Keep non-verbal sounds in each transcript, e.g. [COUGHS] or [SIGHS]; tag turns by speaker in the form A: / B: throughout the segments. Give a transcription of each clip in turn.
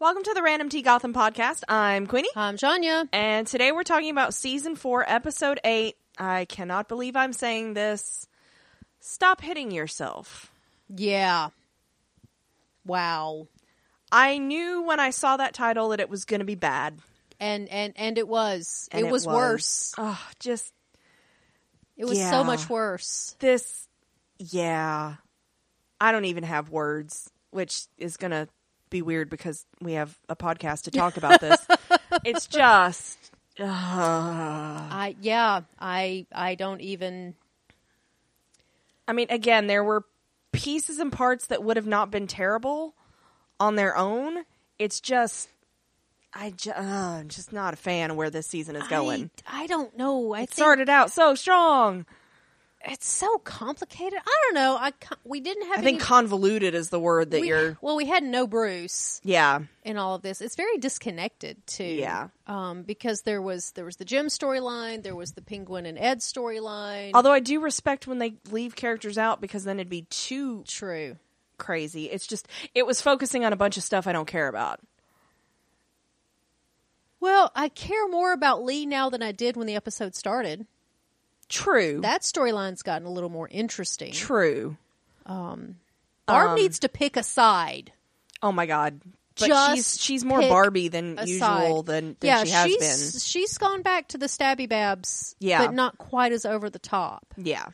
A: Welcome to the Random Tea Gotham podcast. I'm Queenie,
B: I'm Shania.
A: and today we're talking about season four, episode eight. I cannot believe I'm saying this. Stop hitting yourself.
B: Yeah. Wow.
A: I knew when I saw that title that it was going to be bad.
B: And and and it was.
A: and
B: it was worse.
A: Oh, just
B: It was
A: Yeah.
B: so much worse.
A: this. Yeah. I don't even have words, which is going to be weird because we have a podcast to talk about
B: [LAUGHS]
A: this. it's just. ugh.
B: I yeah. I I don't even.
A: I mean, again, there were pieces and parts that would have not been terrible on their own. It's just, I ju- uh, I'm just not a fan of where this season is going.
B: I, I don't know. I
A: it
B: think
A: started out so strong.
B: it's so complicated. I don't know. I co- we didn't have.
A: I think
B: any-
A: convoluted is the word that
B: we-
A: you're.
B: well, we had no Bruce
A: Yeah,
B: in all of this. It's very disconnected too.
A: Yeah.
B: Um, because there was there was the Jim storyline, there was the Penguin and Ed storyline.
A: although I do respect when they leave characters out because then it'd be too
B: True.
A: crazy. It's just it was focusing on a bunch of stuff I don't care about.
B: Well, I care more about Lee now than I did when the episode started.
A: True.
B: That storyline's gotten a little more interesting.
A: True.
B: Barb
A: Um,
B: needs to pick a side.
A: Oh my god. But
B: Just
A: she's she's more
B: pick
A: Barbie than
B: A
A: usual
B: side.
A: than, than
B: yeah,
A: she has
B: she's she's gone back to the stabby babs,
A: Yeah.
B: but not quite as over the top.
A: been. Yeah.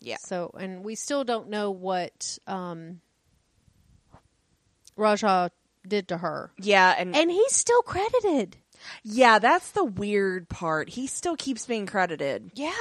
A: Yeah.
B: So, and we still don't know what um, Raja did to her,
A: Yeah, and,
B: and he's still credited.
A: yeah, that's the weird part. He still keeps being credited.
B: Yeah,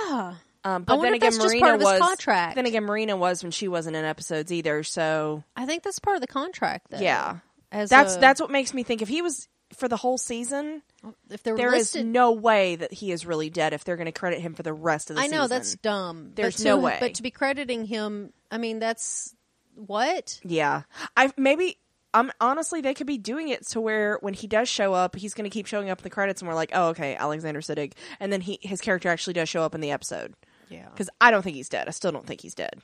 A: Um,
B: I
A: but
B: wonder
A: then
B: if
A: again,
B: that's just
A: Marina
B: part of his
A: was
B: contract.
A: Then again, Marina was when she wasn't in episodes either. So
B: I think that's part of the contract. Though.
A: yeah,
B: as
A: that's
B: a-
A: that's what makes me think if he was for the whole season,
B: if they're
A: there is
B: listed.
A: no way that he is really dead. If they're going to credit him for the rest of the
B: I know
A: season.
B: that's dumb. but
A: There's
B: to-
A: no way.
B: But to be crediting him, I mean, that's what.
A: yeah. I maybe. I'm honestly, they could be doing it to where when he does show up, he's going to keep showing up in the credits, and we're like, oh, okay, Alexander Siddig, and then he his character actually does show up in the episode.
B: Yeah, because
A: because I don't think he's dead. I still don't think he's dead.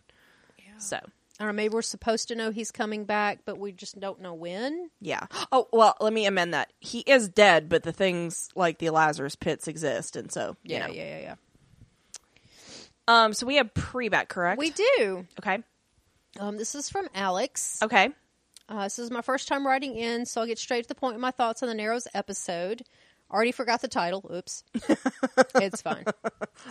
A: So
B: I don't know. Maybe we're supposed to know he's coming back, but we just don't know when.
A: yeah. Oh well, let me amend that. He is dead, but the things like the Lazarus pits exist, and so you know.
B: yeah, yeah,
A: Um. So we have pre back, correct?
B: We do.
A: Okay.
B: Um, this is from Alex.
A: Okay.
B: Uh, this is my first time writing in, so I'll get straight to the point with my thoughts on the Narrows episode. Already forgot the title. Oops. [LAUGHS] it's fine.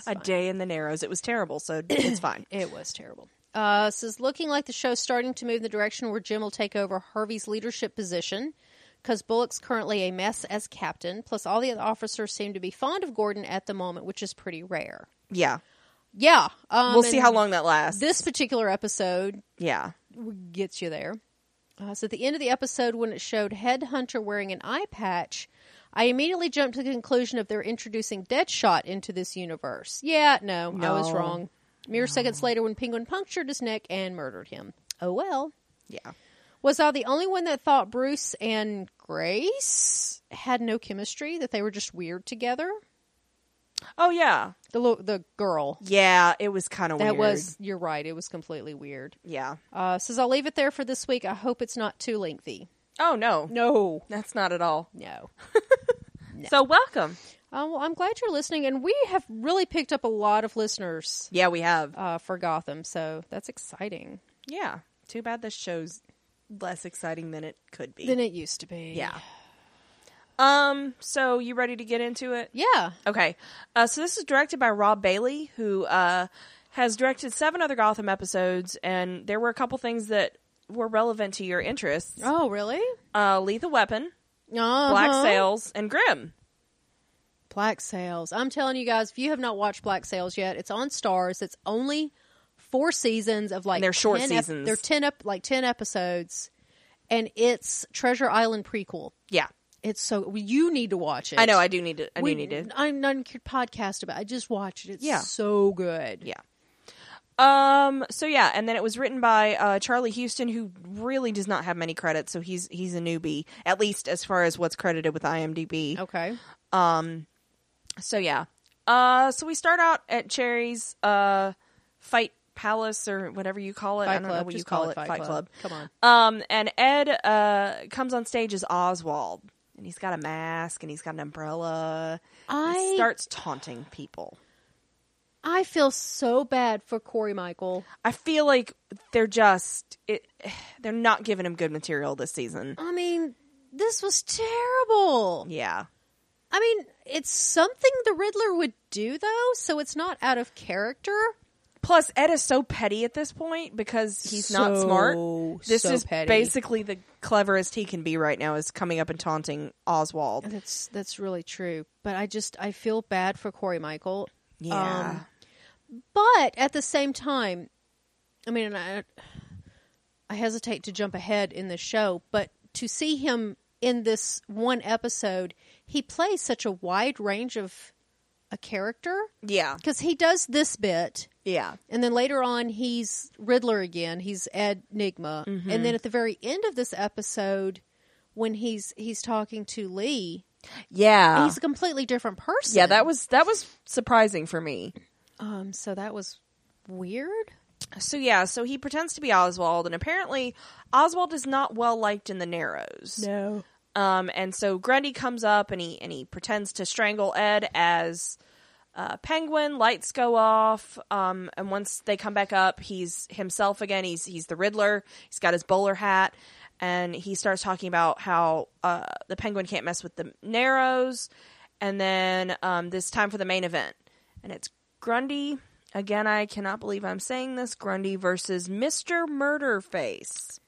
A: A day in the Narrows. It was terrible,
B: [CLEARS THROAT]
A: so it's fine.
B: It was terrible. Uh, says looking like the show's starting to move in the direction where Jim will take over Harvey's leadership position because Bullock's currently a mess as captain. Plus, all the other officers seem to be fond of Gordon at the moment, which is pretty rare.
A: Yeah.
B: Yeah, um,
A: We'll see
B: and
A: how long that lasts.
B: this particular episode
A: yeah.
B: gets you there. Uh, so at the end of the episode, when it showed Headhunter wearing an eye patch, I immediately jumped to the conclusion of they're introducing Deadshot into this universe. Yeah, no, I was
A: No.
B: wrong. Mere seconds later, when Penguin punctured his neck and murdered him. Oh well.
A: Yeah.
B: Was I the only one that thought Bruce and Grace had no chemistry? That they were just weird together?
A: Oh yeah.
B: The lo- the girl
A: Yeah. It was kind of
B: that
A: weird.
B: was. You're right. It was completely weird.
A: Yeah.
B: Uh, says I'll leave it there for this week. I hope it's not too lengthy.
A: Oh no. No. That's not at all.
B: No.
A: So welcome.
B: Uh, well, I'm glad you're listening, and we have really picked up a lot of listeners
A: Yeah, we have.
B: uh, for Gotham, so that's exciting
A: Yeah. Too bad this show's less exciting than it could be.
B: than it used to be.
A: Yeah. Um, so you ready to get into it?
B: yeah.
A: Okay. Uh, so this is directed by Rob Bailey, who uh, has directed seven other Gotham episodes, and there were a couple things that were relevant to your interests.
B: Oh, really?
A: Uh, Lethal Weapon,
B: uh
A: Black Sails, and Grimm.
B: Black Sails. I'm telling you guys, if you have not watched Black Sails yet, it's on Stars. It's only four seasons of like
A: And they're short
B: 10 ep-
A: seasons.
B: they're ten up like ten episodes, and it's Treasure Island prequel.
A: Yeah.
B: It's so you need to watch it.
A: I know I do need to I do need to.
B: I'm not even podcast about. It. I just watched it. It's
A: Yeah.
B: so good.
A: Yeah. Um so yeah, and then it was written by uh Charlie Houston who really does not have many credits, so he's he's a newbie, at least as far as what's credited with IMDb.
B: Okay.
A: So yeah. Uh so we start out at Cherry's uh fight Palace or whatever you call it. I
B: Fight
A: don't know
B: Club.
A: what
B: Just
A: you call, it. Fight, Club.
B: Come on.
A: Um, and Ed uh, comes on stage as Oswald, and he's got a mask and he's got an umbrella.
B: I
A: He starts taunting people.
B: I feel so bad for Corey Michael.
A: I feel like they're just it, [SIGHS] they're not giving him good material this season.
B: I mean, this was terrible.
A: Yeah.
B: I mean, it's something the Riddler would do though, so it's not out of character.
A: Plus, Ed is so petty at this point because he's not
B: So,
A: smart. This
B: so
A: is
B: petty.
A: basically the cleverest he can be right now is coming up and taunting Oswald.
B: That's that's really true, but I just I feel bad for Corey Michael. Um,
A: Yeah.
B: But at the same time, I mean, and I I hesitate to jump ahead in this show, but to see him in this one episode, he plays such a wide range of a character
A: yeah.
B: because he does this bit,
A: Yeah.
B: and then later on he's Riddler again. He's Ed Nigma, and then at the very end of this episode, when he's he's talking to Lee,
A: Yeah.
B: he's a completely different person.
A: Ah. yeah, that was that was surprising for me.
B: um. So that was weird.
A: So yeah, so he pretends to be Oswald and apparently Oswald is not well liked in the Narrows.
B: No.
A: Um, and so Grundy comes up and he and he pretends to strangle Ed as uh, Penguin. Lights go off. Um, and once they come back up, he's himself again. He's he's the Riddler. He's got his bowler hat, and he starts talking about how uh, the Penguin can't mess with the Narrows. And then um, this time for the main event, and it's Grundy. Again, I cannot believe I'm saying this. Grundy versus Mr. Murderface.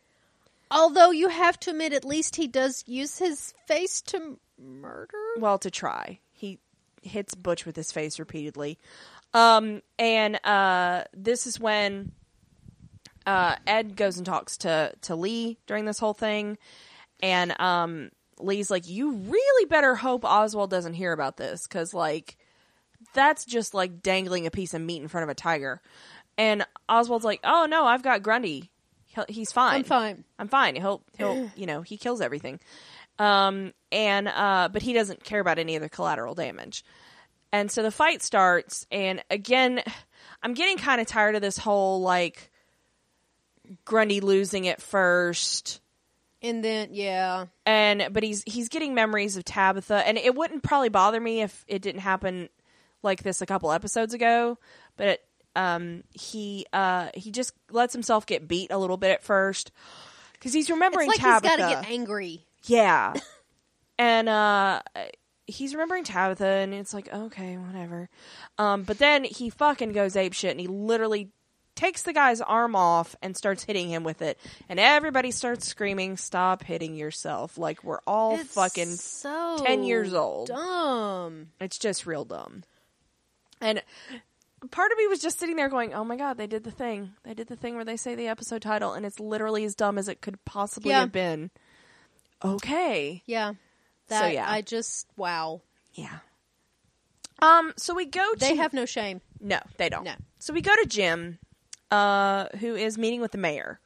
B: Although you have to admit, at least he does use his face to m- murder.
A: well to try he hits butch with his face repeatedly um and uh this is when uh ed goes and talks to to lee during this whole thing and um lee's like you really better hope oswald doesn't hear about this because like that's just like dangling a piece of meat in front of a tiger and oswald's like oh no i've got grundy He'll- he's fine
B: I'm fine.
A: I'm fine. He'll he'll you know he kills everything, um and uh but he doesn't care about any other collateral damage, and so the fight starts. And again, I'm getting kind of tired of this whole like Grundy losing it first,
B: And then, yeah,
A: and but he's he's getting memories of Tabitha, and it wouldn't probably bother me if it didn't happen like this a couple episodes ago, but um he uh he just lets himself get beat a little bit at first. Because he's remembering
B: it's like
A: Tabitha.
B: he's got to get angry.
A: Yeah. [LAUGHS] and uh he's remembering Tabitha and it's like, okay, whatever. Um but then he fucking goes apeshit and he literally takes the guy's arm off and starts hitting him with it. And everybody starts screaming, Stop hitting yourself. Like we're all
B: It's
A: fucking
B: so
A: 10 years old.
B: Dumb.
A: it's just real dumb. And part of me was just sitting there going, "Oh my god, they did the thing. They did the thing where they say the episode title and it's literally as dumb as it could possibly
B: Yeah.
A: have been." Okay.
B: Yeah. That
A: yeah.
B: I just [LAUGHS] wow.
A: Yeah. Um. So we go. To,
B: They have no shame.
A: no. They don't.
B: No.
A: So we go to Jim, uh, who is meeting with the mayor,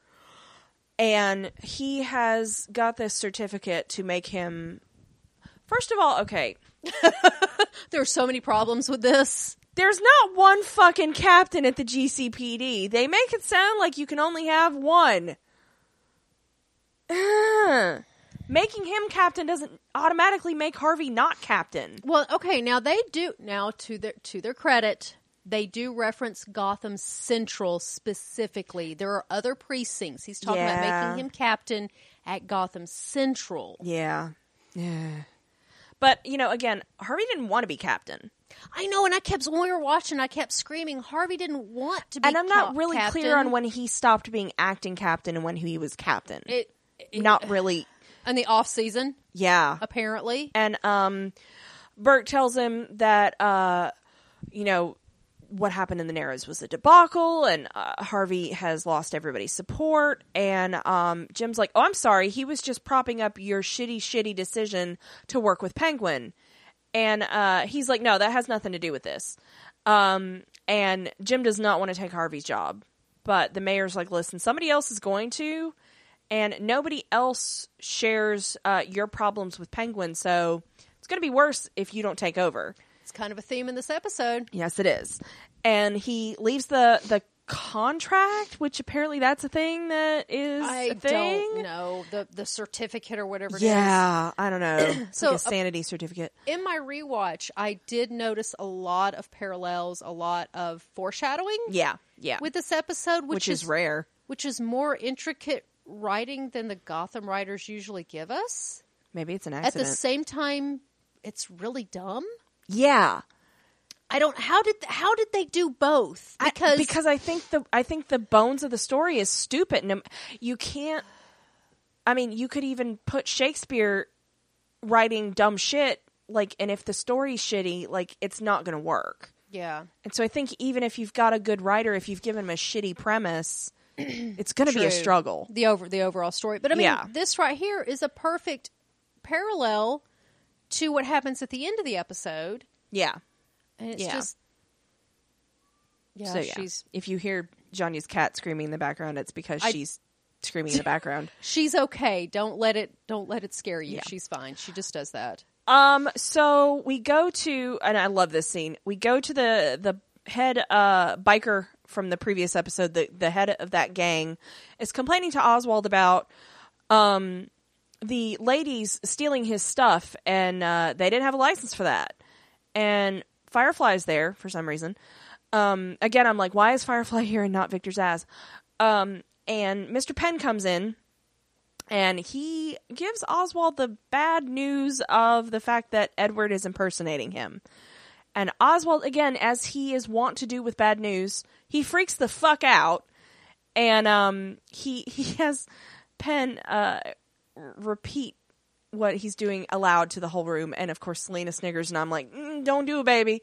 A: and he has got this certificate to make him. First of all, okay.
B: There are so many problems with this.
A: There's not one fucking captain at the GCPD. They make it sound like you can only have one. [SIGHS] Ugh. Making him captain doesn't automatically make Harvey not captain.
B: Well, okay, now they do now to their to their credit, they do reference Gotham Central specifically. There are other precincts. He's talking about
A: Yeah.
B: making him captain at Gotham Central.
A: Yeah. Yeah. But, you know, again, Harvey didn't want to be captain.
B: I know, and I kept when we were watching, I kept screaming, Harvey didn't want to be.
A: And I'm not
B: ca-
A: really
B: captain.
A: clear on when he stopped being acting captain and when he was captain.
B: it, it
A: not really.
B: in the off season,
A: Yeah.
B: apparently.
A: And um Burke tells him that uh you know what happened in the Narrows was a debacle and uh, Harvey has lost everybody's support and um Jim's like, "Oh, I'm sorry. He was just propping up your shitty shitty decision to work with Penguin." And uh he's like, "No, that has nothing to do with this." Um and Jim does not want to take Harvey's job. But the mayor's like, "Listen, somebody else is going to." and nobody else shares uh, your problems with Penguin, so it's going to be worse if you don't take over.
B: It's kind of a theme in this episode.
A: Yes, it is. And he leaves the the contract, which apparently that's a thing that is
B: I
A: a thing.
B: don't know the the certificate or whatever. it is.
A: Yeah, I
B: [CLEARS THROAT]
A: don't know. It's
B: So,
A: like
B: uh,
A: a sanity certificate.
B: In my rewatch, I did notice a lot of parallels, a lot of foreshadowing
A: Yeah, yeah,
B: with this episode, which,
A: which, is, rare.
B: which is more intricate writing than the Gotham writers usually give us.
A: Maybe it's an
B: At the
A: accident.
B: same time, it's really dumb.
A: yeah,
B: I don't. How did how did they do both?
A: I-
B: Because
A: because I think the I think the bones of the story is stupid. No, you can't. I mean, you could even put Shakespeare writing dumb shit like, and if the story's shitty, like it's not going to work.
B: yeah,
A: And so I think even if you've got a good writer, if you've given him a shitty
B: [CLEARS THROAT]
A: premise, it's going to be a
B: True.
A: struggle.
B: the over the overall story. But I mean,
A: Yeah.
B: this right here is a perfect parallel to what happens at the end of the episode,
A: Yeah.
B: and it's
A: Yeah.
B: just yeah,
A: so yeah.
B: she's
A: if you hear Johnny's cat screaming in the background, it's because
B: I-
A: she's screaming in the background.
B: she's okay. Don't let it don't let it scare you.
A: Yeah.
B: She's fine. She just does that.
A: Um, so we go to, and I love this scene. We go to the the head uh, biker from the previous episode. The the head of that gang is complaining to Oswald about um the ladies stealing his stuff, and uh, they didn't have a license for that. And Firefly's there for some reason. Um, again, I'm like, why is Firefly [LAUGHS] here and not Victor's ass? Um, and Mr. Penn comes in and he gives Oswald the bad news of the fact that Edward is impersonating him. And Oswald, again, as he is wont to do with bad news, he freaks the fuck out, and um, he [LAUGHS] he has Penn uh, r- repeat what he's doing aloud to the whole room, and of course Selena sniggers, and I'm like, mm, "Don't do it, baby."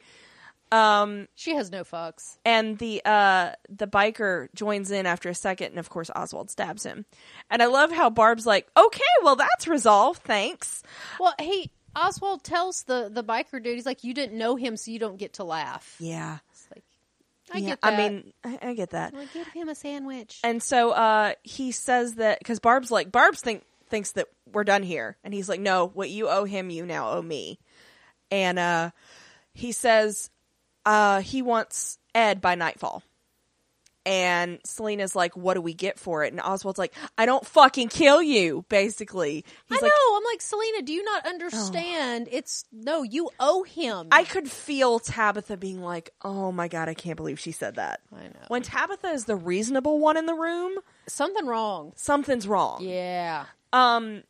B: She has no fucks.
A: and the uh the biker joins in after a second and of course oswald stabs him and i love how barb's like okay well that's resolved thanks
B: Well, he Oswald tells the the biker dude, he's like, "You didn't know him, so you don't get to laugh."
A: yeah
B: It's like, I
A: Yeah,
B: get. That.
A: i mean I, I get that
B: Well, give him a sandwich.
A: and so uh he says that because barb's like barb's think thinks that we're done here and he's like no what you owe him you now owe me and uh he says uh he wants ed by nightfall and Selena's like, "What do we get for it?" And Oswald's like, "I don't fucking kill you." Basically, he's
B: I
A: like, Oh.
B: know. I'm like, Selena, do you not understand? It's no, you owe him.
A: I could feel Tabitha being like, "Oh my god, I can't believe she said that."
B: I know.
A: When Tabitha is the reasonable one in the room,
B: Something wrong.
A: something's wrong.
B: Yeah.
A: Um,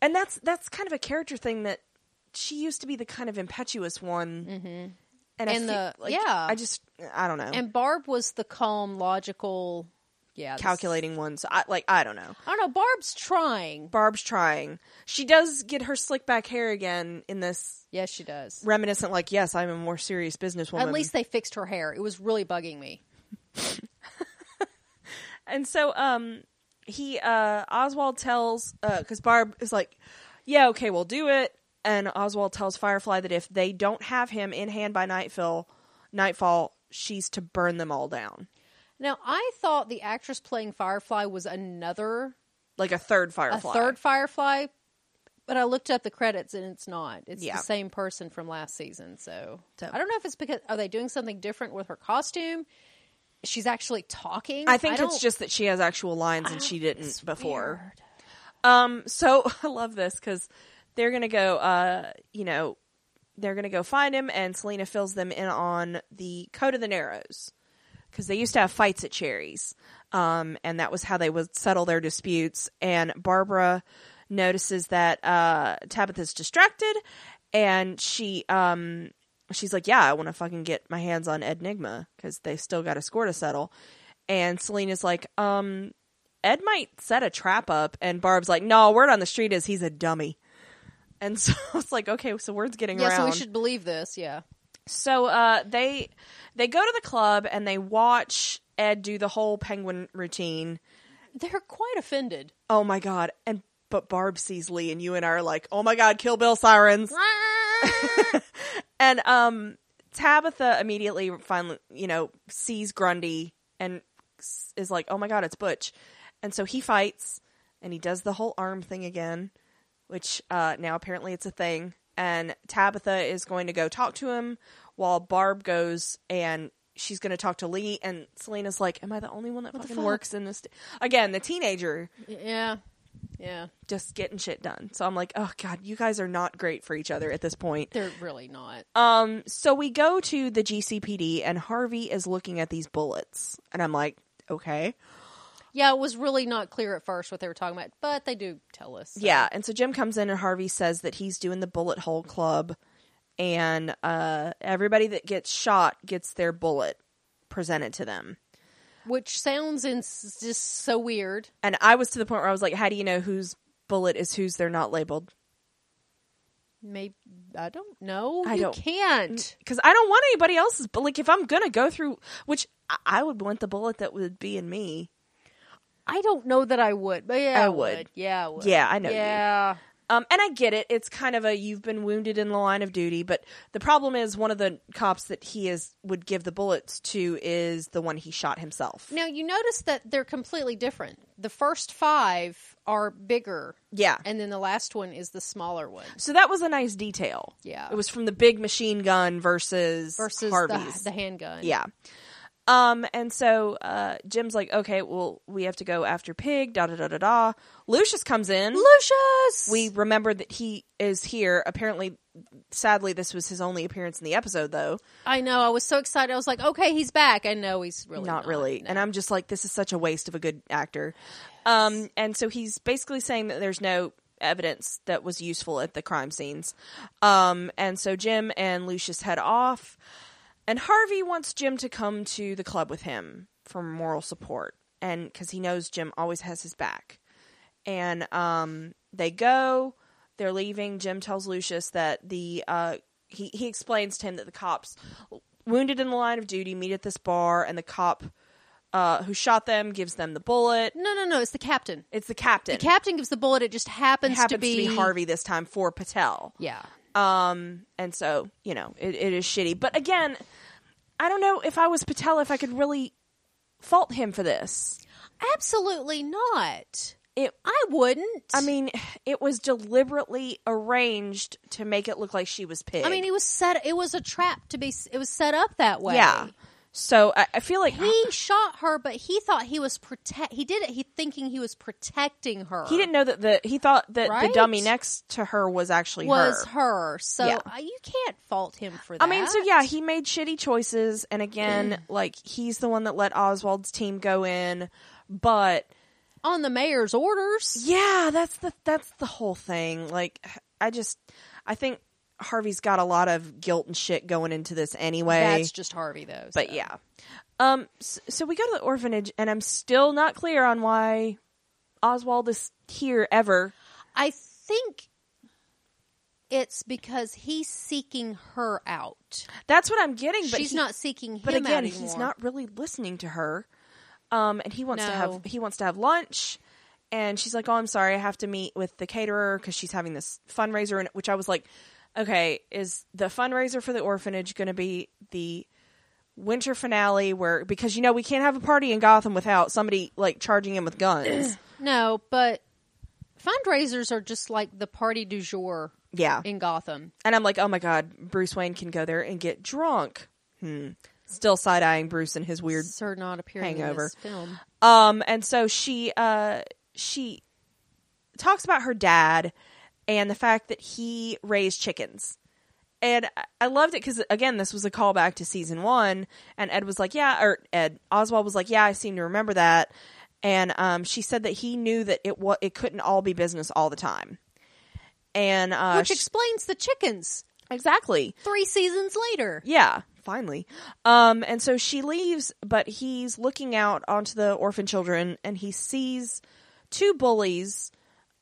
A: and that's that's kind of a character thing that she used to be the kind of impetuous one, mm-hmm. and, I
B: And
A: feel
B: the-
A: like,
B: yeah.
A: I just I don't know,
B: And Barb was the calm, logical. Yeah. this-
A: calculating one. So I like I don't know.
B: I don't know. Barb's trying.
A: Barb's trying. She does get her slick back hair again in this
B: Yes, she does.
A: reminiscent, like, yes, I'm a more serious businesswoman.
B: At least they fixed her hair. It was really bugging me.
A: And so um he uh Oswald tells uh cuz Barb is like, "Yeah, okay, we'll do it." And Oswald tells Firefly that if they don't have him in hand by nightfall, nightfall, she's to burn them all down.
B: Now, I thought the actress playing Firefly was another,
A: Like a third
B: a
A: Firefly.
B: third Firefly, but I looked up the credits and it's not. It's
A: Yeah.
B: the same person from last season. So
A: So-
B: I don't know if it's because are they doing something different with her costume? She's actually talking.
A: I think it's
B: don't-
A: just that she has actual lines and
B: don't-
A: she didn't
B: it's
A: before.
B: weird.
A: Um, so [LAUGHS] I love this because they're gonna go. Uh, you know, they're gonna go find him, and Selena fills them in on the code of the Narrows because they used to have fights at Cherries, um, and that was how they would settle their disputes. And Barbara notices that uh, Tabitha's distracted, and she um, she's like, "Yeah, I want to fucking get my hands on Ednigma because they still got a score to settle." And Selena's like, um, Ed might set a trap up, and Barb's like, "No, word on the street is he's a dummy." And [LAUGHS] so it's like, okay, so word's getting
B: Yeah,
A: around.
B: so we should believe this. Yeah.
A: So uh, they they go to the club and they watch Ed do the whole penguin routine.
B: They're quite offended.
A: [LAUGHS] Oh my god! And but Barb sees Lee, and you and I are like, oh my god, Kill Bill sirens. and um, Tabitha immediately finally, you know, sees Grundy and s- is like, oh my god, it's Butch. And so he fights, and he does the whole arm thing again, which uh, now apparently it's a thing. And Tabitha is going to go talk to him while Barb goes and she's going to talk to Lee, and Selena's like, "Am I the only one that fucking
B: fuck?
A: works in this?" t-" Again, the teenager
B: Yeah. Yeah.
A: just getting shit done. So I'm like, "Oh God, you guys are not great for each other at this point."
B: They're really not.
A: Um, so we go to the GCPD, and Harvey is looking at these bullets, and I'm like, "Okay."
B: Yeah, it was really not clear at first what they were talking about, but they do tell us.
A: Yeah, and so Jim comes in and Harvey says that he's doing the bullet hole club, and uh, everybody that gets shot gets their bullet presented to them.
B: Which sounds ins- just so weird.
A: And I was to the point where I was like, "How do you know whose bullet is whose? They're not labeled
B: Maybe I don't Mm, know.
A: I
B: you
A: don't-
B: can't.
A: because I don't want anybody else's. But like, if I'm gonna go through, which I, I would want the bullet that would be in me.
B: I don't know that I would, but yeah,
A: I
B: I,
A: would.
B: would. Yeah, I would.
A: Yeah, I know you.
B: Yeah,
A: Um, and I get it. It's kind of a you've been wounded in the line of duty, but the problem is one of the cops that he is would give the bullets to is the one he shot himself.
B: Now you notice that they're completely different. The first five are bigger,
A: Yeah.
B: and then the last one is the smaller one.
A: So that was a nice detail.
B: Yeah.
A: It was from the big machine gun versus,
B: versus the,
A: Harvey's.
B: the handgun.
A: yeah. Um, and so uh, Jim's like, okay, well, we have to go after Pig, da da da da da. Lucius comes in.
B: Lucius.
A: we remember that he is here. Apparently, sadly, this was his only appearance in the episode, though.
B: I know. I was so excited. I was like, okay, he's back. I know he's really
A: not,
B: not
A: really.
B: no.
A: And I'm just like, this is such a waste of a good actor. Um, and so he's basically saying that there's no evidence that was useful at the crime scenes. Um, and so Jim and Lucius head off, and Harvey wants Jim to come to the club with him for moral support, and because he knows Jim always has his back. And um, they go. They're leaving. Jim tells Lucius that the uh, he he explains to him that the cops wounded in the line of duty meet at this bar, and the cop uh, who shot them gives them the bullet.
B: no, no, no. It's the captain.
A: It's the captain.
B: The captain gives the bullet. It just happens,
A: happens to be... Harvey this time for Patel.
B: Yeah.
A: Um, and so you know it, it is shitty. But again, I don't know if I was Patel if I could really fault him for this.
B: Absolutely not.
A: It.
B: I wouldn't.
A: I mean, it was deliberately arranged to make it look like she was pig.
B: I mean, it was set. It was a trap to be. It was set up that way.
A: yeah. So I, I feel like
B: He shot her, but he thought he was protect. He did it. He thinking he was protecting her.
A: he didn't know that the he thought that
B: Right?
A: the dummy next to her was actually
B: was
A: her.
B: her. So
A: Yeah.
B: uh, you can't fault him for that.
A: I mean, so yeah, he made shitty choices, and again, like he's the one that let Oswald's team go in. But
B: on the mayor's orders.
A: yeah, that's the that's the whole thing. Like, I just I think Harvey's got a lot of guilt and shit going into this anyway.
B: That's just Harvey, though.
A: but
B: so.
A: yeah, um, so, so we go to the orphanage, and I'm still not clear on why Oswald is here ever.
B: I think it's because he's seeking her out.
A: That's what I'm getting. But
B: She's
A: he-
B: not seeking him
A: but
B: out
A: again,
B: anymore.
A: he's not really listening to her. Um, and he wants to have
B: No.
A: he wants to have lunch, and she's like, "Oh, I'm sorry, I have to meet with the caterer because she's having this fundraiser." And which I was like, "Okay, is the fundraiser for the orphanage going to be the winter finale where because you know we can't have a party in Gotham without somebody like charging in with
B: [CLEARS THROAT]
A: guns?"
B: No, but fundraisers are just like the party du jour
A: yeah,
B: in Gotham.
A: and I'm like, "Oh my god, Bruce Wayne can go there and get drunk." Hmm. Still side eyeing Bruce and his weird
B: Sir not appearing
A: Hangover.
B: in this film.
A: Um, and so she uh she talks about her dad and the fact that he raised chickens. And I- I loved it because again, this was a callback to season one. And Ed was like, "Yeah," or Ed Oswald was like, "Yeah, I seem to remember that." And um, she said that he knew that it wa- it couldn't all be business all the time. And uh,
B: Which
A: she-
B: explains the chickens
A: exactly,
B: three seasons later.
A: yeah, finally. Um, and so she leaves, but he's looking out onto the orphan children and he sees two bullies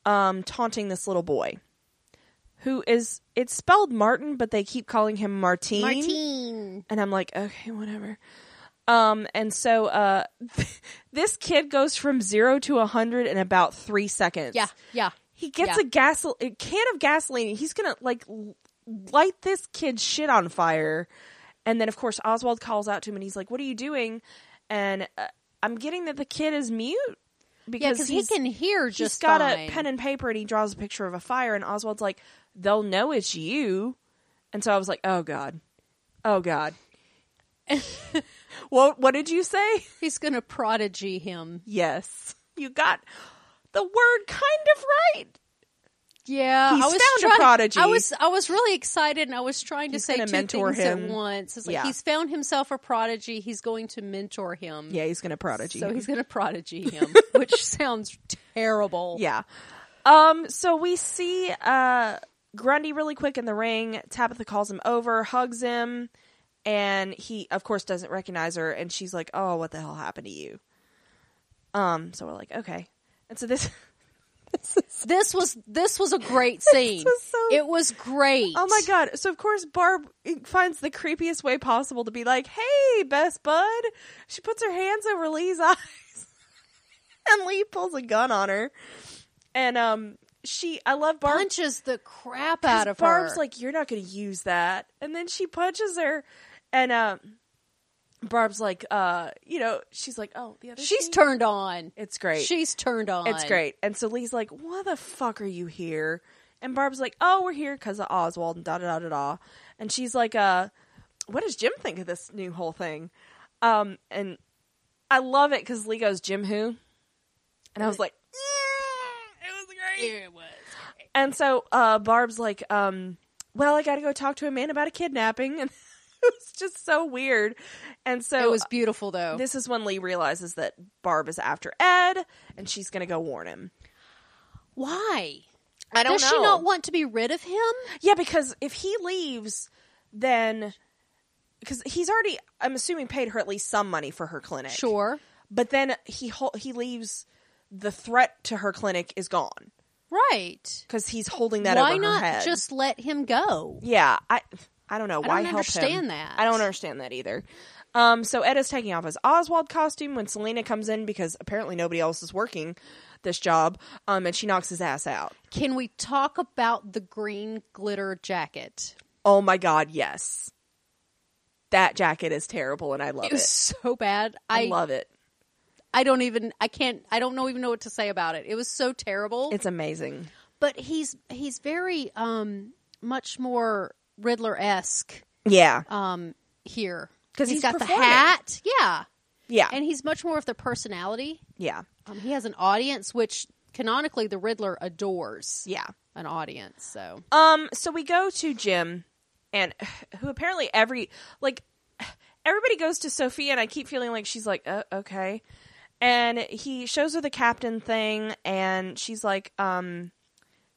A: um, taunting this little boy who is, it's spelled Martin, but they keep calling him Martine.
B: Martine.
A: And I'm like, okay, whatever. Um, and so uh, [LAUGHS] this kid goes from zero to a 100 in about three seconds.
B: Yeah, yeah.
A: He gets
B: Yeah.
A: a gas a can of gasoline. and He's gonna like l- light this kid's shit on fire, and then of course Oswald calls out to him and he's like, "What are you doing?" And uh, I'm getting that the kid is mute
B: Yeah,
A: because
B: because he
A: he's-
B: can hear
A: he's
B: just
A: got
B: fine.
A: a pen and paper and he draws a picture of a fire, and Oswald's like,
B: [LAUGHS]
A: "They'll know it's you," and so I was like, "Oh god, oh god." What what did you say?
B: He's going to prodigy him.
A: Yes. You got the word kind of right.
B: Yeah,
A: He's
B: I was
A: found a
B: trying-
A: prodigy.
B: I was I was really excited, and I was trying to
A: He's
B: say
A: gonna
B: two
A: mentor
B: things
A: him.
B: at once. It's like
A: Yeah.
B: he's found himself a prodigy. He's going to mentor him.
A: Yeah, he's going to prodigy.
B: so
A: him.
B: he's going
A: [LAUGHS]
B: to prodigy him, which sounds terrible.
A: Yeah. Um, so we see uh Grundy really quick in the ring. Tabitha calls him over, hugs him, and he of course doesn't recognize her and she's like, "Oh, what the hell happened to you?" Um, so we're like, "Okay." And so this [LAUGHS]
B: This was this was a great scene.
A: was so-
B: It was great.
A: Oh my god. So of course Barb finds the creepiest way possible to be like, "Hey, best bud." She puts her hands over Lee's [LAUGHS] eyes. and Lee pulls a gun on her. And um she I love Barb
B: Punches the crap out of
A: Barb's
B: her.
A: like, "You're not going to use that," and then she punches her, and uh, Barb's like, "Uh, you know," she's like, "Oh, the other
B: she's
A: team?"
B: turned on.
A: It's great.
B: She's turned on.
A: it's great." And so Lee's like, "What the fuck are you here?" And Barb's like, "Oh, we're here because of Oswald and da da da da da," and she's like, "Uh, what does Jim think of this new whole thing?" Um, and I love it because Lee goes, "Jim who?" And I was like, "Yeah, Ah, "It was great."
B: It was.
A: And so uh, Barb's like, um, well, I got to go talk to a man about a kidnapping. [LAUGHS] And it was just so weird. And so
B: It was beautiful though.
A: this is when Lee realizes that Barb is after Ed and she's going to go warn him.
B: Why?
A: I don't
B: Does
A: know.
B: she not want to be rid of him?
A: yeah, because if he leaves, then. Because he's already, I'm assuming, paid her at least some money for her clinic.
B: Sure.
A: But then he hol- he leaves. The threat to her clinic is gone
B: Right.
A: because he's holding that
B: Why
A: over
B: not
A: her head.
B: just let him go?
A: Yeah, I I don't know
B: I
A: why help
B: don't
A: him.
B: understand that.
A: I don't understand that either. Um, so Ed is taking off his Oswald costume when Selena comes in because apparently nobody else is working this job. Um, and she knocks his ass out.
B: Can we talk about the green glitter jacket?
A: Oh my god, yes, that jacket is terrible, and I love
B: It
A: it.
B: was so bad.
A: I,
B: I
A: love it.
B: I don't even I can't I don't know even know what to say about it. It was so terrible.
A: It's amazing.
B: but he's he's very um much more Riddler esque
A: Yeah,
B: um here
A: 'Cause he's
B: got the
A: performing.
B: hat, yeah,
A: yeah,
B: and he's much more of the personality.
A: yeah,
B: Um, he has an audience, which canonically the Riddler adores
A: yeah.
B: an audience. So
A: Um, so we go to Jim, and [SIGHS] who apparently every like [SIGHS] everybody goes to Sophia, and I keep feeling like she's like, uh, okay. And he shows her the captain thing, and she's like, um,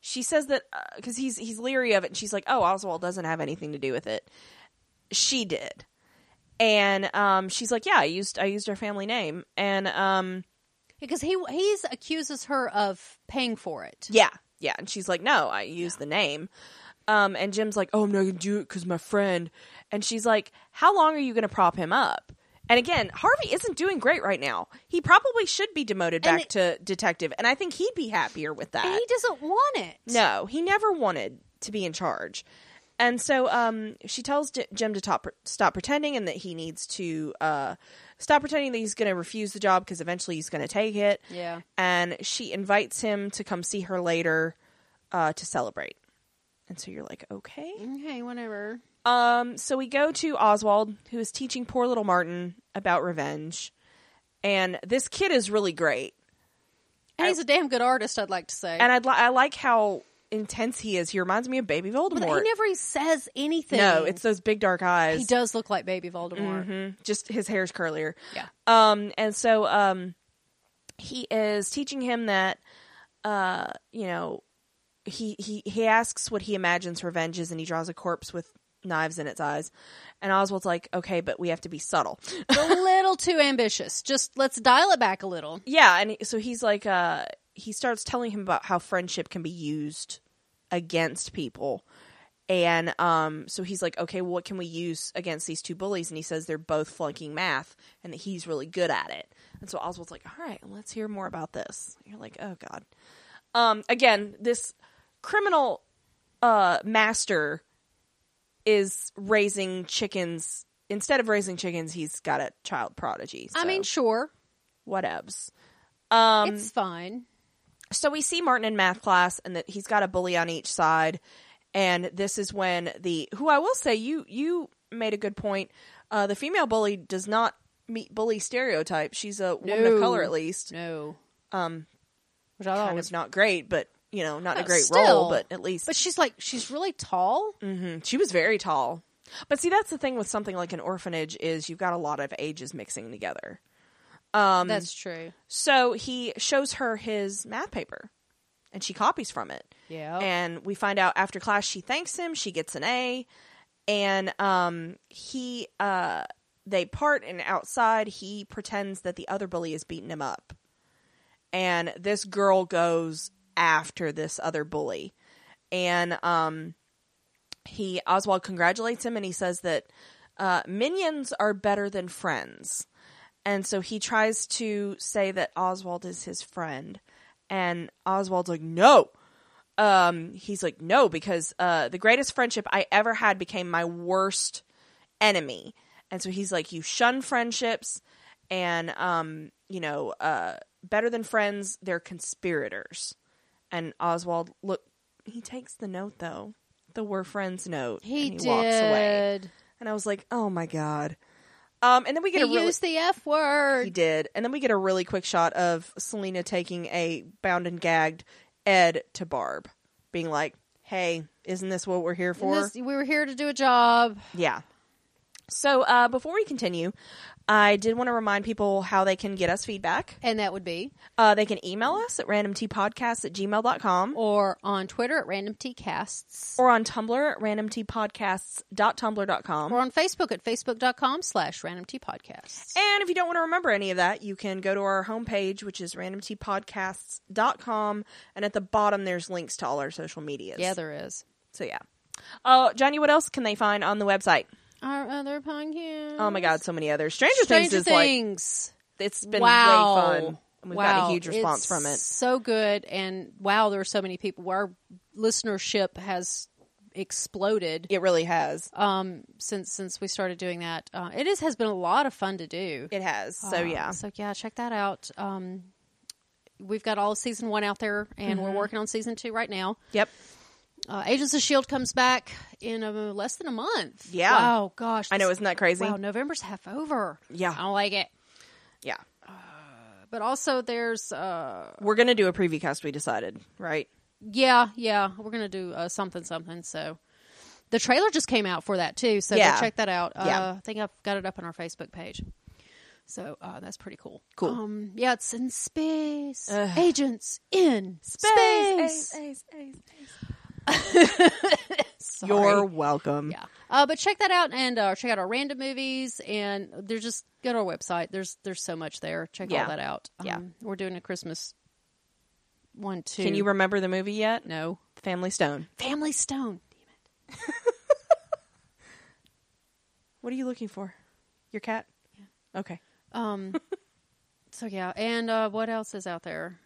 A: she says that because he's he's leery of it, and she's like, oh, Oswald doesn't have anything to do with it. She did, and um, she's like, yeah, I used I used her family name, and um,
B: because he he's accuses her of paying for it.
A: Yeah, yeah. And she's like, no, I use the name. Um, and Jim's like, oh, I'm not gonna do it because my friend. And she's like, how long are you gonna prop him up? And again, Harvey isn't doing great right now. He probably should be demoted
B: And
A: back to detective, and I think he'd be happier with that.
B: And he doesn't want it.
A: No, he never wanted to be in charge. And so um, she tells J- Jim to top, stop pretending and that he needs to uh, stop pretending that he's going to refuse the job because eventually he's going to take it.
B: Yeah.
A: And she invites him to come see her later uh, to celebrate. And so you're like, okay.
B: Okay, whatever.
A: Um, so we go to Oswald, who is teaching poor little Martin about revenge. And this kid is really great.
B: And he's a damn good artist, I'd like to say.
A: And I'd li- I like how intense he is. He reminds me of Baby Voldemort.
B: but he never says anything.
A: No, it's those big dark eyes.
B: he does look like Baby Voldemort.
A: Mhm. Just his hair's curlier.
B: Yeah.
A: Um, and so um, he is teaching him that, uh, you know, he he he asks what he imagines revenge is, and he draws a corpse with knives in its eyes. And Oswald's like, okay, but we have to be subtle. [LAUGHS]
B: a little too ambitious. Just let's dial it back
A: [LAUGHS]
B: a little.
A: yeah, and so he's like, uh, he starts telling him about how friendship can be used against people. And um, so he's like, okay, well, what can we use against these two bullies? And he says they're both flunking math and that he's really good at it. And so Oswald's like, all right, let's hear more about this. And you're like, oh, God. Um, again, this criminal uh, master is raising chickens. Instead of raising chickens, he's got a child prodigy.
B: I
A: so
B: mean, sure,
A: whatevs. Um,
B: it's fine.
A: so we see Martin in math class, and that he's got a bully on each side. And this is when the who I will say you you made a good point. Uh, the female bully does not meet bully stereotype. She's a woman
B: No.
A: of color, at least.
B: No. Um, which I thought
A: Kind
B: was
A: of not great, but you know, not a
B: Uh,
A: great
B: still.
A: role, but at least
B: But she's like she's really tall.
A: Mhm. she was very tall. But see, that's the thing with something like an orphanage is you've got a lot of ages mixing together. Um,
B: That's true.
A: So he shows her his math paper, and she copies from it.
B: Yeah.
A: And we find out after class she thanks him. She gets an A, and um, he uh, they part. And outside, he pretends that the other bully is beating him up, and this girl goes after this other bully, and um, he Oswald congratulates him, and he says that uh, minions are better than friends. And so he tries to say that Oswald is his friend. And Oswald's like, no. Um, he's like, no, because uh, the greatest friendship I ever had became my worst enemy. And so he's like, you shun friendships and, um, you know, uh, better than friends, they're conspirators. And Oswald, look, he takes the note, though, the we're friends note. and
B: he
A: he
B: did.
A: walks away. And I was like, oh my God. Um, and then we
B: He
A: get a really
B: used the F word.
A: he did. And then we get a really quick shot of Selena taking a bound and gagged Ed to Barb, being like, hey, isn't this what we're here
B: And
A: for?
B: this- we were here to do a job.
A: Yeah. So uh, before we continue, I did want to remind people how they can get us feedback.
B: And that would be.
A: Uh, they can email us at randomtpodcasts at gmail.com
B: Or on Twitter at Random Tea Casts.
A: or on Tumblr at randomtpodcasts.tumblr.com.
B: Or on Facebook at facebook.com slash Random Tea Podcasts.
A: And if you don't want to remember any of that, you can go to our homepage, which is randomtpodcasts.com. And at the bottom, there's links to all our social medias.
B: Yeah, there is.
A: So, yeah. Oh, Johnny, what else can they find on the website?
B: Our other podcast.
A: Oh, my God, so many others. Stranger, Things
B: Stranger
A: is
B: Things.
A: like, it's been
B: wow.
A: way fun. And We've
B: wow.
A: got a huge response
B: It's
A: from it.
B: So good. And wow, there are so many people. Our listenership has exploded
A: It really has.
B: um since since we started doing that uh, it is has been a lot of fun to do
A: It has. So,
B: Uh,
A: yeah.
B: So yeah, check that out. Um, we've got all of season one out there, and
A: Mm-hmm.
B: we're working on season two right now.
A: Yep.
B: Uh, Agents of Shield comes back in a, less than a month.
A: Yeah.
B: Wow. Gosh.
A: I know,
B: this-
A: isn't that crazy?
B: Wow. November's half over.
A: Yeah.
B: I don't like it.
A: Yeah.
B: But also, there's uh,
A: We're going to do a preview cast, we decided, right?
B: yeah, yeah. We're gonna do uh, something, something. So. The trailer just came out for that too, so go
A: Yeah.
B: check that out. Uh,
A: Yeah.
B: I think I've got it up on our Facebook page, so uh, that's pretty cool.
A: Cool.
B: Um, yeah, it's in space.
A: Ugh.
B: Agents in space.
A: Space, space, space.
B: [LAUGHS] Sorry.
A: You're welcome.
B: yeah. Uh, but check that out and uh, check out our random movies and they're just go to our website. There's there's so much there. Check
A: Yeah.
B: all that out. Um,
A: Yeah.
B: we're doing a Christmas one too.
A: Can you remember the movie yet?
B: no
A: Family Stone.
B: Family Stone? Damn it!
A: What are you looking for? Your cat? Yeah. Okay.
B: Um, so yeah, and uh, what else is out there?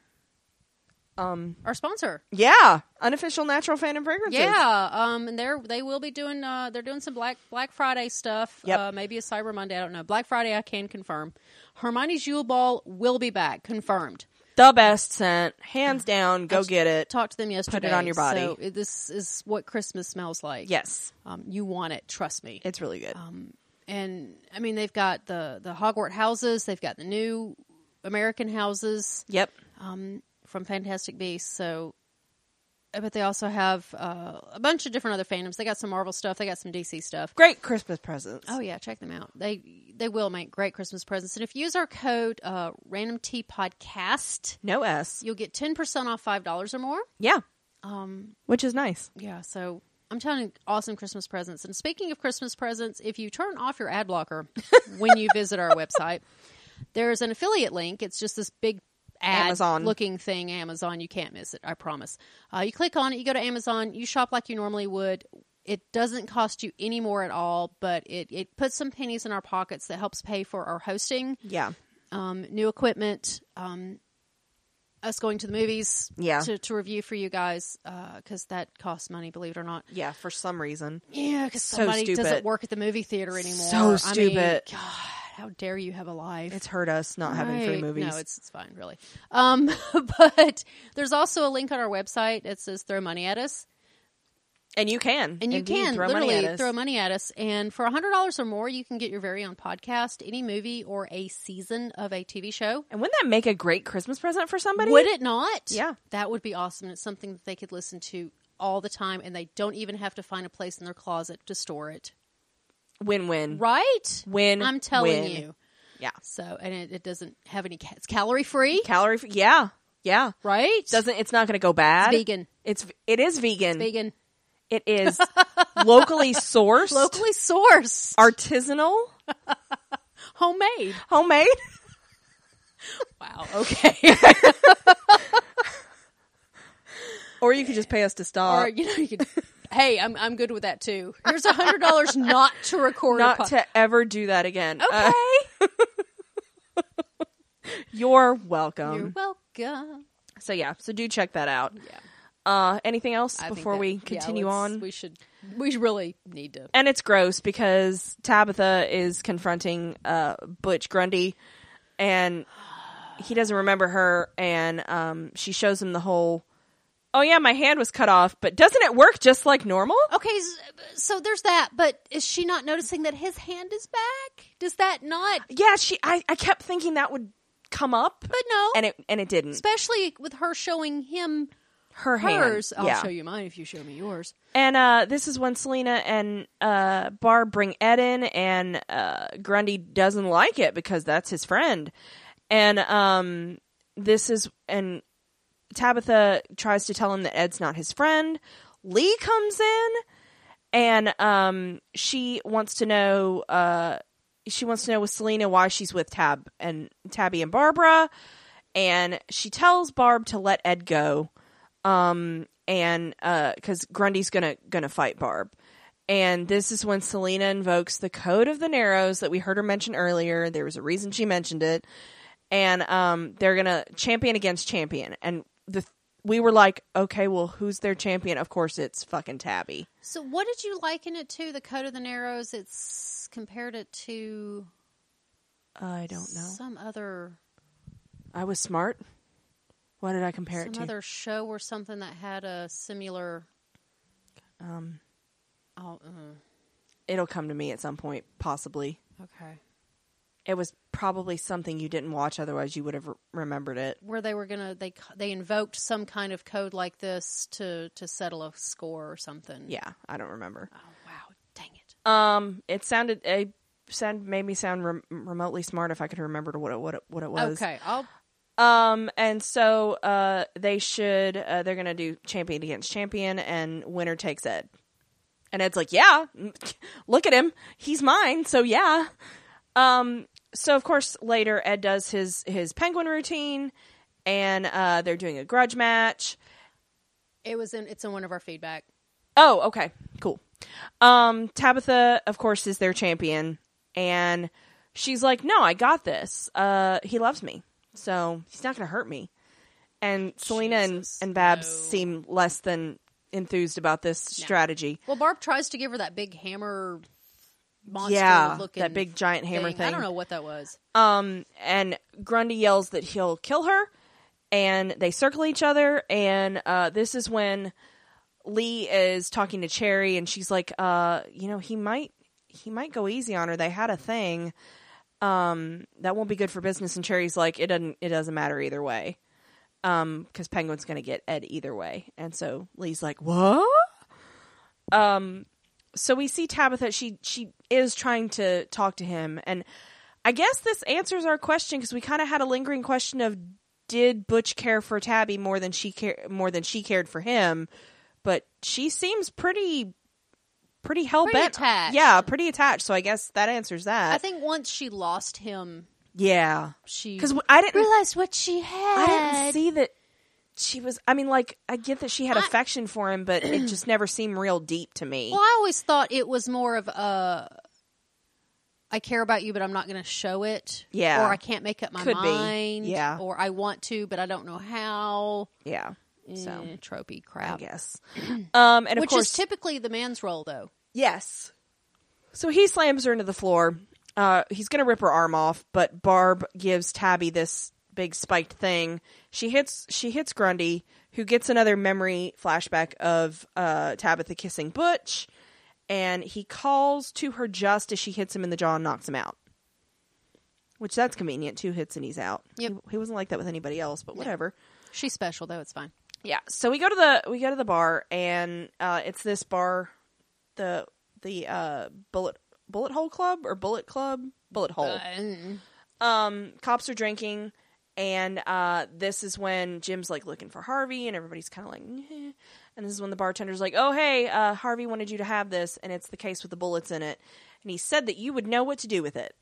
A: Um.
B: Our sponsor.
A: Yeah. Unofficial natural fan and fragrances.
B: Yeah, um, and they're they will be doing uh, they're doing some Black Black Friday stuff.
A: Yep.
B: Uh, maybe a Cyber Monday. I don't know. Black Friday, I can confirm. Hermione's Yule Ball will be back. Confirmed.
A: The best scent, hands down. Go get it.
B: Talked to them yesterday.
A: on your body.
B: So it- this is what Christmas smells like.
A: Yes,
B: um, you want it. Trust me.
A: it's really good.
B: Um, and I mean, they've got the the Hogwarts houses. They've got the new American houses.
A: yep.
B: um, from Fantastic Beasts. So, uh, but they also have uh, a bunch of different other fandoms. They got some Marvel stuff. They got some DC stuff.
A: Great Christmas presents.
B: Oh yeah, check them out. They they will make great Christmas presents. And if you use our code uh, Random Tea Podcast,
A: No S.
B: you'll get ten percent off five dollars or more.
A: Yeah.
B: Um,
A: Which is nice.
B: yeah. So. I'm telling you, awesome Christmas presents. And speaking of Christmas presents, if you turn off your ad blocker [LAUGHS] when you visit our website, there's an affiliate link. It's just this big ad
A: Amazon.
B: looking thing, Amazon. You can't miss it. I promise. Uh, you click on it. You go to Amazon. You shop like you normally would. It doesn't cost you any more at all, but it, it puts some pennies in our pockets that helps pay for our hosting,
A: Yeah.
B: um, new equipment, um, us going to the movies
A: Yeah.
B: to, to review for you guys because that costs money, believe it or not.
A: Yeah. For some reason.
B: Yeah, because
A: So
B: somebody doesn't
A: stupid.
B: work at the movie theater anymore.
A: So
B: I mean,
A: stupid.
B: God, how dare you have a life?
A: It's hurt us not having free
B: Right.
A: movies.
B: No, it's, it's fine, really. [LAUGHS] Um, but there's also a link on our website that says throw money at us.
A: And you can.
B: And you
A: indeed,
B: can
A: throw money
B: literally
A: at us.
B: throw money at us. And for $100 or more, you can get your very own podcast, any movie, or a season of a TV show.
A: And wouldn't that make a great Christmas present for somebody?
B: Would it not?
A: Yeah.
B: That would be awesome. It's something that they could listen to all the time, and they don't even have to find a place in their closet to store it.
A: Win win.
B: Right?
A: Win.
B: I'm telling
A: win.
B: you.
A: Yeah.
B: So, and it, it doesn't have any, ca- it's calorie free,
A: Calorie. Free. Yeah. Yeah.
B: right?
A: Doesn't. It's not going to go bad.
B: vegan.
A: It's it is vegan.
B: Vegan.
A: It is
B: [LAUGHS]
A: locally sourced,
B: Locally sourced.
A: artisanal,
B: homemade.
A: homemade. [LAUGHS]
B: Wow. Okay.
A: Or you could just pay us to stop.
B: [LAUGHS] or you know you could hey i'm i'm good with that too here's a
A: [LAUGHS]
B: hundred dollars not to record a
A: not
B: pod-
A: to ever do that again.
B: okay
A: Uh, you're welcome.
B: you're welcome
A: so yeah, so do check that out.
B: yeah
A: Uh, anything else
B: I think
A: before
B: that-
A: we
B: yeah,
A: continue
B: let's-
A: on?
B: we should we really need to
A: and it's gross because Tabitha is confronting uh, Butch Grundy, and he doesn't remember her, and um, she shows him the whole. Oh yeah, my hand was cut off, but doesn't it work just like normal?
B: okay s- so there's that but is she not noticing that his hand is back does that not
A: Yeah, she. I, I kept thinking that would come up,
B: but no
A: and it and it didn't.
B: especially with her showing him
A: Her hand.
B: hers i'll
A: yeah.
B: show you mine if you show me yours
A: And uh, this is when Selena and uh, Barb bring Ed in, and uh, Grundy doesn't like it because that's his friend. And um, this is and Tabitha tries to tell him that Ed's not his friend. Lee comes in, and um, she wants to know. Uh, she wants to know with Selena why she's with Tab and Tabby and Barbara, and she tells Barb to let Ed go and because Grundy's gonna gonna fight Barb. And this is when Selena invokes the code of the Narrows that we heard her mention earlier. There was a reason she mentioned it, and um, they're gonna champion against champion. And the we were like, okay, well, who's their champion? Of course, it's fucking Tabby.
B: so what did you liken it to the code of the narrows it's compared it to
A: I don't know.
B: some other
A: I was smart. What did I compare it
B: some
A: to?
B: other show or something that had a similar. Um. Oh. mm,
A: It'll come to me at some point, possibly.
B: okay.
A: It was probably something you didn't watch, otherwise you would have re- remembered it.
B: Where they were gonna they c- they invoked some kind of code like this to to settle a score or something.
A: Yeah, I don't remember.
B: Oh wow! Dang it.
A: Um, it sounded a sound made me sound rem- remotely smart if I could remember what it what it, what it was.
B: Okay. I'll.
A: Um, and so uh, they should uh, they're gonna do champion against champion, and winner takes Ed. And Ed's like, yeah, [LAUGHS] look at him, he's mine. So yeah. Um. So of course later Ed does his his penguin routine, and uh, they're doing a grudge match.
B: It was in. It's in one of our feedback.
A: Oh, okay. Cool. Um, Tabitha, of course, is their champion. And she's like, no, I got this. Uh, he loves me. So he's not going to hurt me. And Selena and,
B: Jesus,
A: and Babs
B: no.
A: seem less than enthused about this strategy.
B: Well, Barb tries to give her that big hammer. Monster
A: yeah.
B: looking
A: That big giant hammer thing.
B: I don't know what that was.
A: Um, and Grundy yells that he'll kill her, and they circle each other. And uh, this is when Lee is talking to Cherry, and she's like, "Uh, you know, he might he might go easy on her. They had a thing. Um, that won't be good for business." And Cherry's like, "It doesn't it doesn't matter either way, um, because Penguin's gonna get Ed either way." And so Lee's like, "What?" Um, so we see Tabitha. She she is trying to talk to him, and I guess this answers our question because we kind of had a lingering question of did Butch care for Tabby more than she care more than she cared for him, but she seems pretty pretty hell bent.
B: attached.
A: Yeah, pretty attached. So I guess that answers that.
B: I think once she lost him,
A: yeah,
B: she
A: because I didn't
B: realized what she had.
A: I didn't see that she was. I mean, like I get that she had affection for him, but it just never seemed real deep to me.
B: Well, I always thought it was more of a I care about you, but I'm not going to show it.
A: Yeah.
B: Or I can't make up my
A: Could be.
B: mind.
A: Yeah.
B: Or I want to, but I don't know how.
A: Yeah,
B: So
A: so
B: tropey
A: I
B: crap.
A: guess. [CLEARS THROAT] Um, and of
B: Which
A: course,
B: is typically the man's role, though.
A: Yes. So he slams her into the floor. Uh, he's going to rip her arm off, but Barb gives Tabby this big spiked thing. She hits she hits Grundy. who gets another memory flashback of uh, Tabitha kissing Butch, and he calls to her just as she hits him in the jaw and knocks him out. Which that's convenient. Two hits and he's out.
B: Yep.
A: He, he wasn't like that with anybody else, but whatever.
B: She's special though. It's fine.
A: Yeah. So we go to the we go to the bar and uh, it's this bar, the the uh, bullet bullet hole club or bullet club bullet hole.
B: Uh,
A: um, cops are drinking, and uh, this is when Jim's like looking for Harvey, and everybody's kind of like, "Nyeh." and this is when the bartender's like, "Oh hey, uh, Harvey wanted you to have this, and it's the case with the bullets in it, and he said that you would know what to do with it."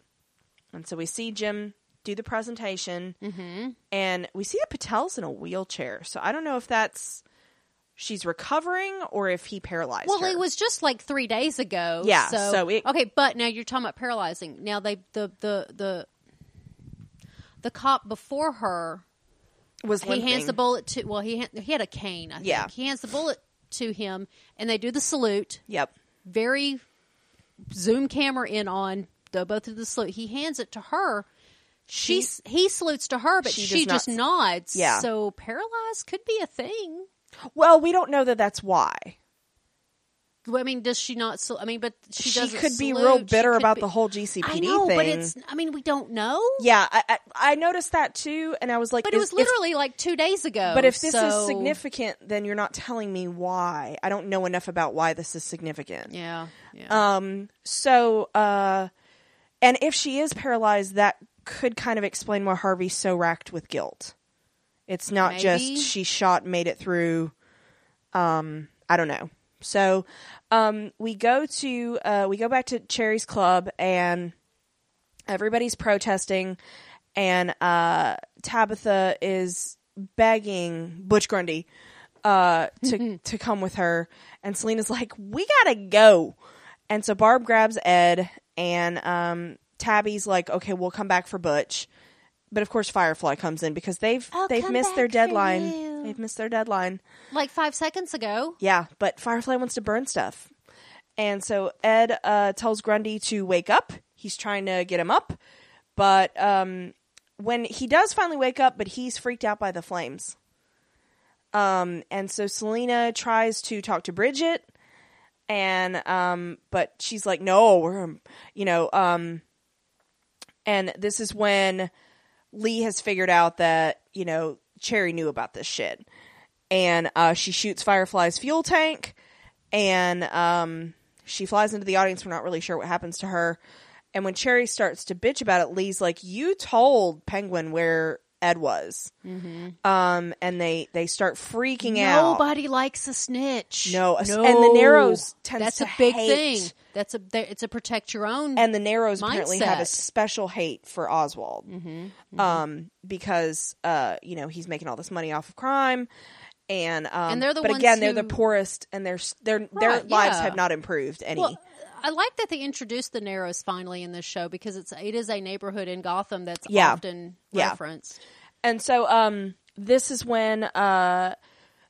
A: And so we see Jim do the presentation,
B: Mm-hmm.
A: and we see that Patel's in a wheelchair. So I don't know if that's she's recovering or if he paralyzed
B: Well,
A: her.
B: it was just like three days ago.
A: Yeah,
B: So,
A: so it-
B: okay, but now you're talking about paralyzing. Now they the the the the cop before her
A: was
B: he hands
A: limping.
B: the bullet to well he had, he had a cane I think.
A: Yeah.
B: he hands the bullet to him and they do the salute
A: Yep.
B: very zoom camera in on the both of the salute he hands it to her she s- he salutes to her but
A: She
B: she,
A: does not
B: just
A: s-
B: nods
A: Yeah.
B: so paralyzed could be a thing
A: Well, we don't know that that's why.
B: Well, I mean does she not sal- I mean but she
A: She,
B: doesn't
A: could be
B: salute.
A: real
B: She
A: bitter
B: could
A: about
B: be-
A: the whole GCPD
B: I know
A: thing.
B: but it's I mean we don't know
A: Yeah, I, I, I noticed that too, and I was like,
B: but it
A: is-
B: was
A: if-
B: literally like 2 days ago
A: But if this is
B: so-
A: significant, then you're not telling me why. I don't know enough about why this is significant.
B: yeah, yeah.
A: Um. So, uh, and if she is paralyzed, that could kind of explain why Harvey's so racked with guilt. It's not just
B: Maybe.
A: she shot, made it through. Um, I don't know. So, um, we go to uh, we go back to Cherry's Club, and everybody's protesting, and uh, Tabitha is begging Butch Grundy uh,
B: Mm-hmm.
A: to to come with her, and Selena's like, "We gotta go," and so Barb grabs Ed, and um, Tabby's like, "Okay, we'll come back for Butch," but of course Firefly comes in because they've
B: I'll
A: they've
B: come
A: missed their
B: back for
A: deadline.
B: you.
A: They've missed their deadline.
B: like 5 seconds ago
A: Yeah, but Firefly wants to burn stuff. And so Ed uh, tells Grundy to wake up. He's trying to get him up. But um, when he does finally wake up, but he's freaked out by the flames. Um, and so Selena tries to talk to Bridget. And, um, but she's like, no, we're, um, you know, um, and this is when Lee has figured out that, you know, Cherry knew about this shit and uh, she shoots Firefly's fuel tank, and um, she flies into the audience. We're not really sure what happens to her. And when Cherry starts to bitch about it, Lee's like, "You told Penguin where Ed was," um, and they they start freaking out.
B: Nobody likes a snitch.
A: No, a s- and the Narrows tends
B: That's
A: to
B: a big
A: hate-
B: thing. That's a there- it's a protect your own.
A: and the Narrows apparently have a
B: mindset. Mm-hmm,
A: special hate for Oswald, um, because uh, you know he's making all this money off of crime, and um,
B: And they're the
A: but
B: ones
A: again they're the
B: who-
A: poorest, and their s- their their
B: Right,
A: lives
B: yeah.
A: have not improved any.
B: well, I like that they introduced the Narrows finally in this show because it's it is a neighborhood in Gotham that's
A: Yeah.
B: often
A: Yeah.
B: referenced.
A: And so um this is when uh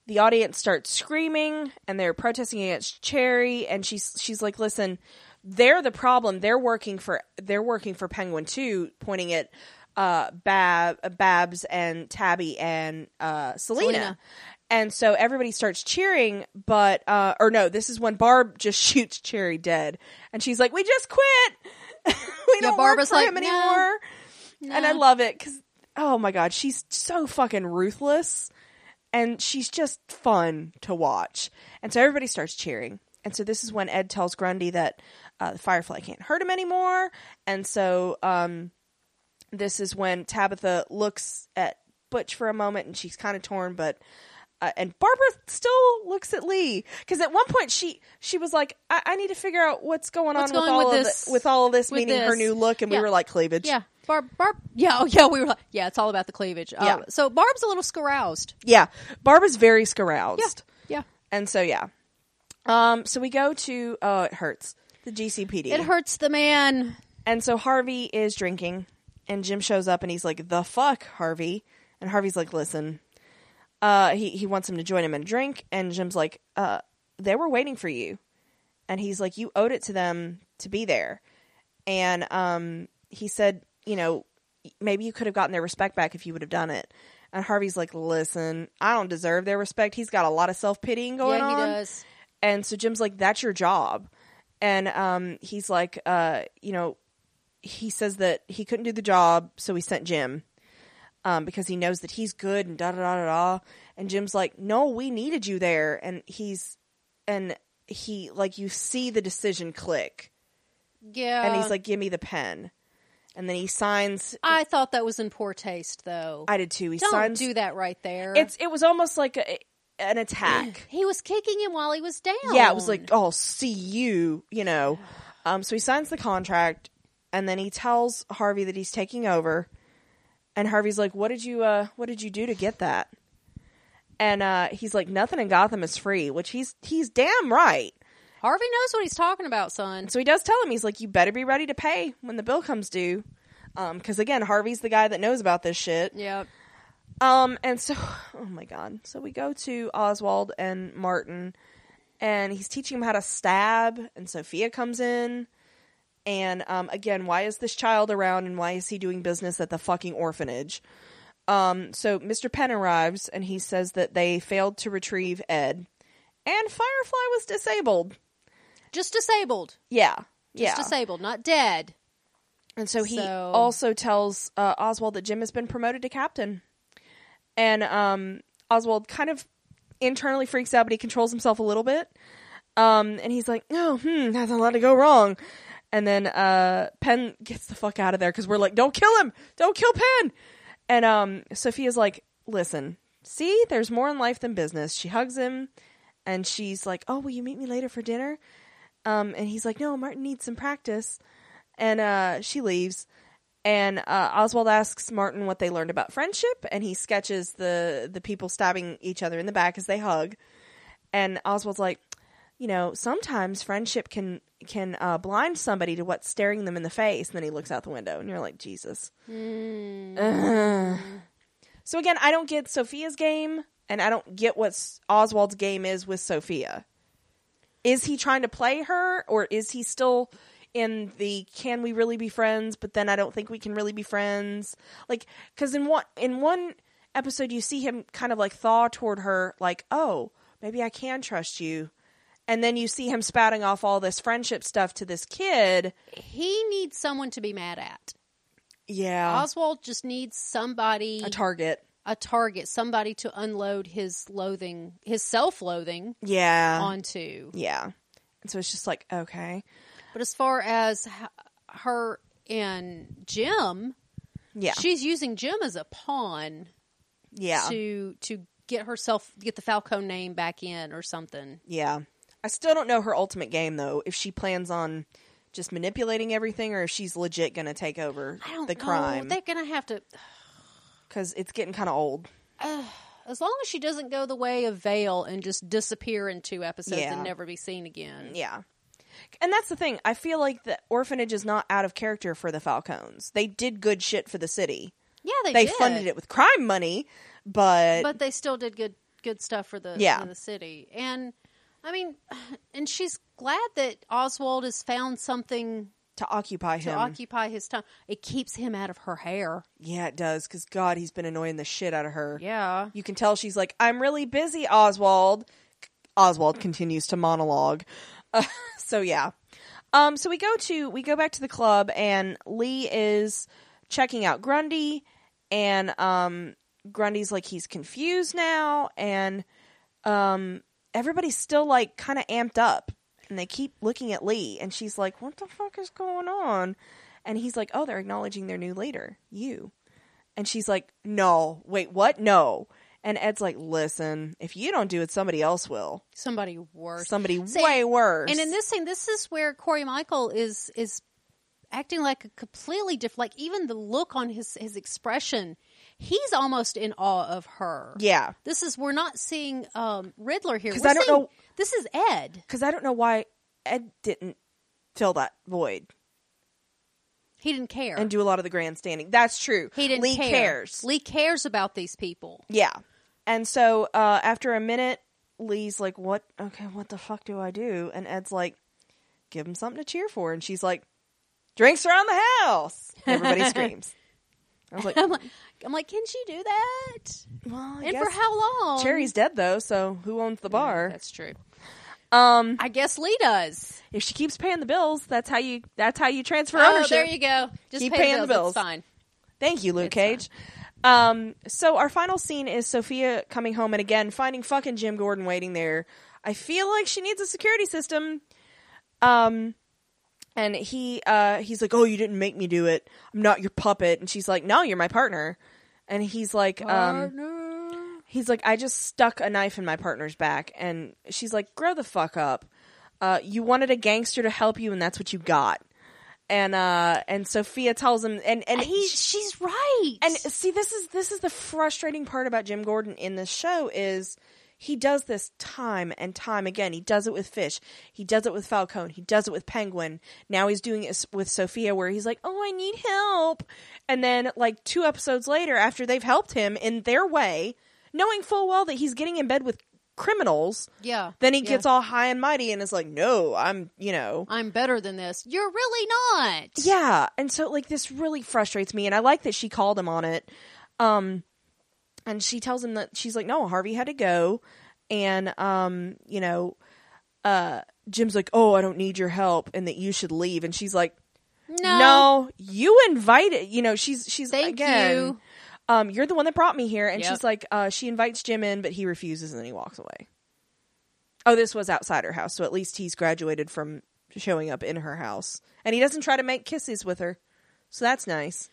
A: the audience starts screaming and they're protesting against Cherry and she's she's like, "Listen, they're the problem. They're working for they're working for Penguin too," pointing at uh Bab Babs and Tabby and uh Selena.
B: Selena.
A: And so everybody starts cheering, but uh or no, this is when Barb just [LAUGHS] shoots Cherry dead and she's like, "We just quit." [LAUGHS] we
B: Yeah,
A: don't
B: Barbara's
A: work for
B: like,
A: him
B: "No,
A: anymore. And I love it because, oh my God, she's so fucking ruthless. And she's just fun to watch. And so everybody starts cheering. And so this is when Ed tells Grundy that uh, the Firefly can't hurt him anymore. And so um, this is when Tabitha looks at Butch for a moment and she's kind of torn, but. Uh, and Barbara still looks at Lee because at one point she she was like, I, "I need to figure out what's going on
B: What's
A: with
B: going
A: all
B: with
A: of
B: this-
A: the- with all of this,
B: with
A: meaning her
B: this?"
A: new look." And we
B: Yeah.
A: were like, "Cleavage."
B: Yeah, Barb, Barb, yeah, oh, yeah, we were like, yeah, it's all about the cleavage. Uh,
A: Yeah.
B: so Barb's a little scaroused.
A: Yeah. Barbara's very scaroused.
B: Yeah, yeah,
A: And so yeah. Um so we go to oh it hurts. The GCPD.
B: it hurts the man.
A: And so Harvey is drinking and Jim shows up and he's like, The fuck, Harvey? And Harvey's like, Listen. Uh he, he wants him to join him in a drink and Jim's like, uh, they were waiting for you. And he's like, You owed it to them to be there. And um he said, you know, maybe you could have gotten their respect back if you would have done it. And Harvey's like, listen, I don't deserve their respect. He's got a lot of self pitying going
B: yeah, he
A: on.
B: does.
A: And so Jim's like, that's your job. And um, he's like, uh, you know, he says that he couldn't do the job, so he sent Jim um, because he knows that he's good and da da da da da. And Jim's like, no, we needed you there. And he's, and he, like, you see the decision click.
B: Yeah.
A: and he's like, give me the pen. And then he signs.
B: I thought that was in poor taste, though.
A: I did too. He
B: Don't
A: signs.
B: do that right there.
A: It's it was almost like a, an attack.
B: he was kicking him while he was down.
A: yeah, it was like, oh, see you, you know. Um, so he signs the contract, and then he tells Harvey that he's taking over. And Harvey's like, "What did you uh, What did you do to get that?" And uh, he's like, "Nothing in Gotham is free," which he's he's damn right.
B: Harvey knows what he's talking about, son.
A: So he does tell him, he's like, "You better be ready to pay when the bill comes due," because again, Harvey's the guy that knows about this shit.
B: Yeah.
A: Um, and so, [LAUGHS] oh my god. So we go to Oswald and Martin, and he's teaching him how to stab, and Sophia comes in. And um, again, why is this child around and why is he doing business at the fucking orphanage? Um, so Mr. Penn arrives and he says that they failed to retrieve Ed and Firefly was disabled.
B: Just disabled.
A: Yeah. yeah.
B: Just disabled, not dead.
A: And so he
B: So-
A: also tells uh, Oswald that Jim has been promoted to captain. And um, Oswald kind of internally freaks out, but he controls himself a little bit. Um, and he's like, no, hmm, that's not allowed to go wrong. And then uh, Penn gets the fuck out of there because we're like, don't kill him! Don't kill Penn! And um, Sophia's like, listen, see, there's more in life than business. She hugs him and she's like, oh, will you meet me later for dinner? Um, and he's like, no, Martin needs some practice. And uh, she leaves. And uh, Oswald asks Martin what they learned about friendship, and he sketches the the people stabbing each other in the back as they hug. And Oswald's like, you know, sometimes friendship can can uh, blind somebody to what's staring them in the face. And then he looks out the window, and you're like, Jesus. Ugh. [SIGHS] So again, I don't get Sophia's game, and I don't get what S- Oswald's game is with Sophia. Is he trying to play her, or is he still in the "Can we really be friends?" But then I don't think we can really be friends. Like, because in one in one episode, you see him kind of like thaw toward her, like, "Oh, maybe I can trust you," and then you see him spouting off all this friendship stuff to this kid.
B: He needs someone to be mad at.
A: Yeah,
B: Oswald just needs somebody,
A: a target.
B: Uh. a target, somebody to unload his loathing, his self loathing
A: Yeah,
B: onto.
A: yeah. And so it's just like, okay,
B: But as far as h- her and Jim,
A: yeah,
B: she's using Jim as a pawn
A: yeah.
B: to to get herself get the Falcone name back in or something.
A: Yeah. I still don't know her ultimate game though, if she plans on just manipulating everything or if she's legit going to take over
B: I don't
A: the
B: know.
A: crime
B: They're gonna have to
A: cuz it's getting kind of old.
B: as long as she doesn't go the way of Vale and just disappear in two episodes
A: Yeah.
B: and never be seen again.
A: Yeah. And that's the thing. I feel like the orphanage is not out of character for the Falcons. They did good shit for the city.
B: Yeah, they,
A: They
B: did.
A: funded it with crime money, but,
B: but they still did good good stuff for the
A: Yeah.
B: for the city. And I mean, [SIGHS] and she's glad that Oswald has found something
A: to occupy
B: to
A: him.
B: occupy his time. It keeps him out of her hair.
A: yeah, it does cuz god, he's been annoying the shit out of her.
B: Yeah.
A: You can tell she's like, I'm really busy, Oswald. Oswald continues to monologue. Uh, [LAUGHS] so yeah. Um, so we go to we go back to the club and Lee is checking out Grundy and um Grundy's like he's confused now and um everybody's still like kind of amped up and they keep looking at Lee and she's like, What the fuck is going on? And he's like, Oh, they're acknowledging their new leader, you. And she's like, No, wait, what? No. And Ed's like, Listen, if you don't do it, somebody else will.
B: Somebody worse.
A: Somebody
B: See,
A: way worse.
B: And in this thing, this is where Corey Michael is is acting like a completely different. Like even the look on his his expression, he's almost in awe of her.
A: Yeah.
B: This is we're not seeing um, Riddler here.
A: 'Cause
B: We're
A: I don't
B: seeing-
A: know-
B: This is Ed.
A: Because I don't know why Ed didn't fill that void
B: He didn't care.
A: and do a lot of the grandstanding. That's true.
B: he didn't
A: Lee
B: care.
A: cares.
B: Lee cares about these people. [LAUGHS]
A: Yeah. And so uh, after a minute, Lee's like, "What? Okay, what the fuck do I do?" And Ed's like, "Give
B: [LAUGHS]
A: him something to cheer for." And she's like, "Drinks around the house!" And everybody screams. I was like,
B: I'm like, I'm like, can she do that?
A: well, I
B: and
A: guess
B: for how long?
A: Cherry's dead though, so who owns the bar?
B: Um, That's true.
A: Um,
B: I guess Lee does.
A: if she keeps paying the bills, that's how you. That's how you transfer
B: Oh,
A: ownership.
B: there you go. Just
A: Keep
B: pay
A: paying the bills.
B: It's fine.
A: Thank you, Luke
B: It's
A: Cage. Um, so our final scene is Sophia coming home and again finding fucking Jim Gordon waiting there. I feel like she needs a security system. Um, and he uh, he's like, "Oh, you didn't make me do it. I'm not your puppet." And she's like, "No, you're my partner." And he's like, um, he's like, "I just stuck a knife in my partner's back." And she's like, "Grow the fuck up. Uh, you wanted a gangster to help you, and that's what you got." And uh, and Sophia tells him, and and he
B: He, she's right.
A: and see, this is this is the frustrating part about Jim Gordon in this show is he does this time and time again. He does it with Fish. He does it with Falcone. He does it with Penguin. Now he's doing it s- with Sophia, where he's like, "Oh, I need help," and then like two episodes later, after they've helped him in their way, knowing full well that he's getting in bed with criminals,
B: yeah.
A: then he
B: yeah.
A: gets all high and mighty and is like, "No, I'm you know."
B: I'm better than this. You're really not.
A: Yeah, and so like this really frustrates me, and I like that she called him on it. Um, and she tells him that she's like, "No, Harvey had to go," and um, you know, uh, Jim's like, "Oh, I don't need your help," and that you should leave, and she's like,
B: No.
A: "No, you invited." You know, she's she's
B: Thank
A: again,
B: you.
A: Um, you're the one that brought me here, and
B: Yep.
A: she's like, uh, she invites Jim in, but he refuses, and then he walks away. Oh, this was outside her house, so at least he's graduated from showing up in her house, and he doesn't try to make kisses with her, so that's nice.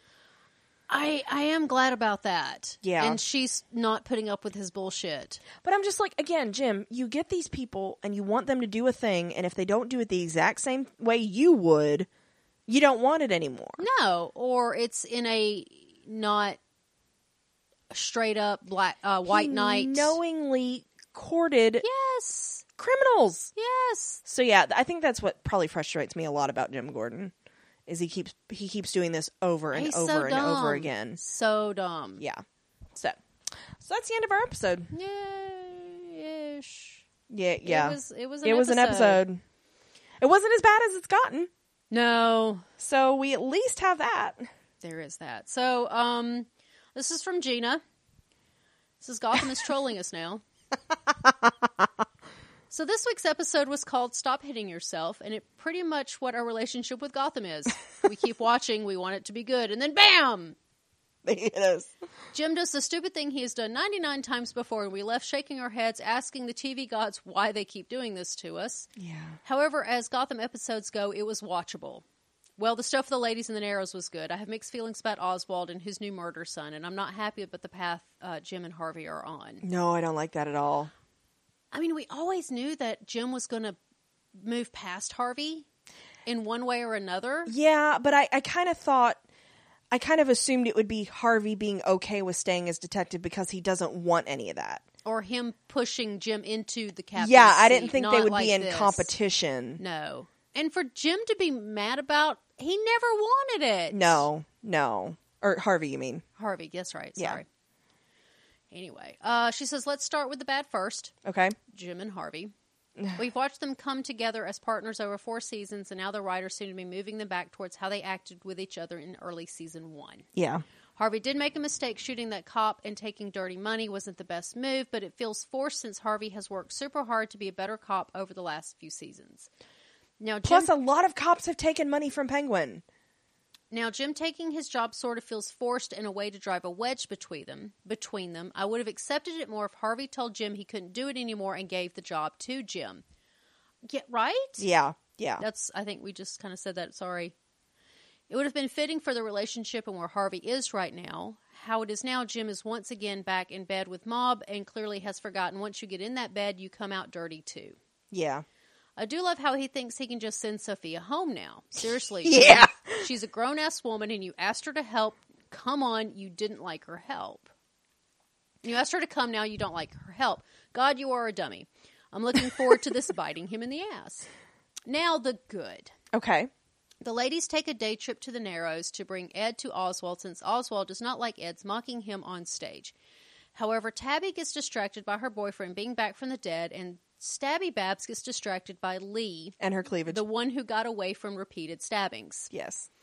B: I I am glad about that.
A: Yeah.
B: And she's not putting up with his bullshit.
A: But I'm just like, again, Jim, you get these people and you want them to do a thing, and if they don't do it the exact same way you would, you don't want it anymore.
B: No, or it's in a not straight up black uh, white
A: He
B: knight.
A: knowingly courted
B: Yes.
A: criminals.
B: Yes.
A: So yeah, th- I think that's what probably frustrates me a lot about Jim Gordon is he keeps he keeps doing this over and
B: He's
A: over
B: so
A: and
B: dumb.
A: over again.
B: So dumb.
A: Yeah. So so that's the end of our episode.
B: Yeah. Ish.
A: Yeah, yeah.
B: It was it was an,
A: It was an episode. It wasn't as bad as it's gotten.
B: No.
A: So we at least have that. [LAUGHS]
B: There is that. So, um, this is from Gina. This is Gotham is trolling us now. so this week's episode was called "Stop Hitting Yourself," and it pretty much what our relationship with Gotham is. we keep watching, we want it to be good, and then bam!
A: They hit us.
B: Jim does the stupid thing he has done 99 times before, and we left shaking our heads, asking the TV gods why they keep doing this to us.
A: Yeah.
B: However, as Gotham episodes go, it was watchable. Well, the stuff of the ladies and the arrows was good. I have mixed feelings about Oswald and his new murder son, and I'm not happy about the path uh, Jim and Harvey are on.
A: No, I don't like that at all.
B: I mean, we always knew that Jim was going to move past Harvey in one way or another.
A: Yeah, but I, I kind of thought, I kind of assumed it would be Harvey being okay with staying as detective because he doesn't want any of that.
B: or him pushing Jim into the captain's
A: yeah, I didn't
B: seat,
A: think they
B: not
A: would
B: like
A: be in
B: this.
A: competition.
B: No. And for Jim to be mad about, he never wanted it.
A: No, no. Or Harvey, you mean?
B: Harvey, that's right.
A: Yeah.
B: Sorry. Anyway, uh, she says, let's start with the bad first
A: Okay.
B: Jim
A: [SIGHS]
B: and Harvey. We've watched them come together as partners over four seasons, and now the writers seem to be moving them back towards how they acted with each other in early season one.
A: Yeah.
B: Harvey did make a mistake shooting that cop and taking dirty money wasn't the best move, but it feels forced since Harvey has worked super hard to be a better cop over the last few seasons. Now, Jim,
A: Plus, a lot of cops have taken money from Penguin.
B: now Jim taking his job sort of feels forced in a way to drive a wedge between them. Between them, I would have accepted it more if Harvey told Jim he couldn't do it anymore and gave the job to Jim. Yeah, right?
A: Yeah. Yeah.
B: That's I think we just kind of said that. Sorry. It would have been fitting for the relationship and where Harvey is right now. How it is now, Jim is once again back in bed with Mob and clearly has forgotten once you get in that bed, you come out dirty too.
A: Yeah.
B: I do love how he thinks he can just send Sophia home now. Seriously.
A: Yeah.
B: Jim, She's a grown ass woman and you asked her to help. Come on, you didn't like her help. You asked her to come now, you don't like her help. God, you are a dummy. I'm looking forward to this biting him in the ass. Now, the good.
A: Okay.
B: The ladies take a day trip to the Narrows to bring Ed to Oswald since Oswald does not like Ed's mocking him on stage. However, Tabby gets distracted by her boyfriend being back from the dead, and Stabby Babs gets distracted by Lee,
A: And her cleavage.
B: the one who got away from repeated stabbings.
A: yes. [LAUGHS]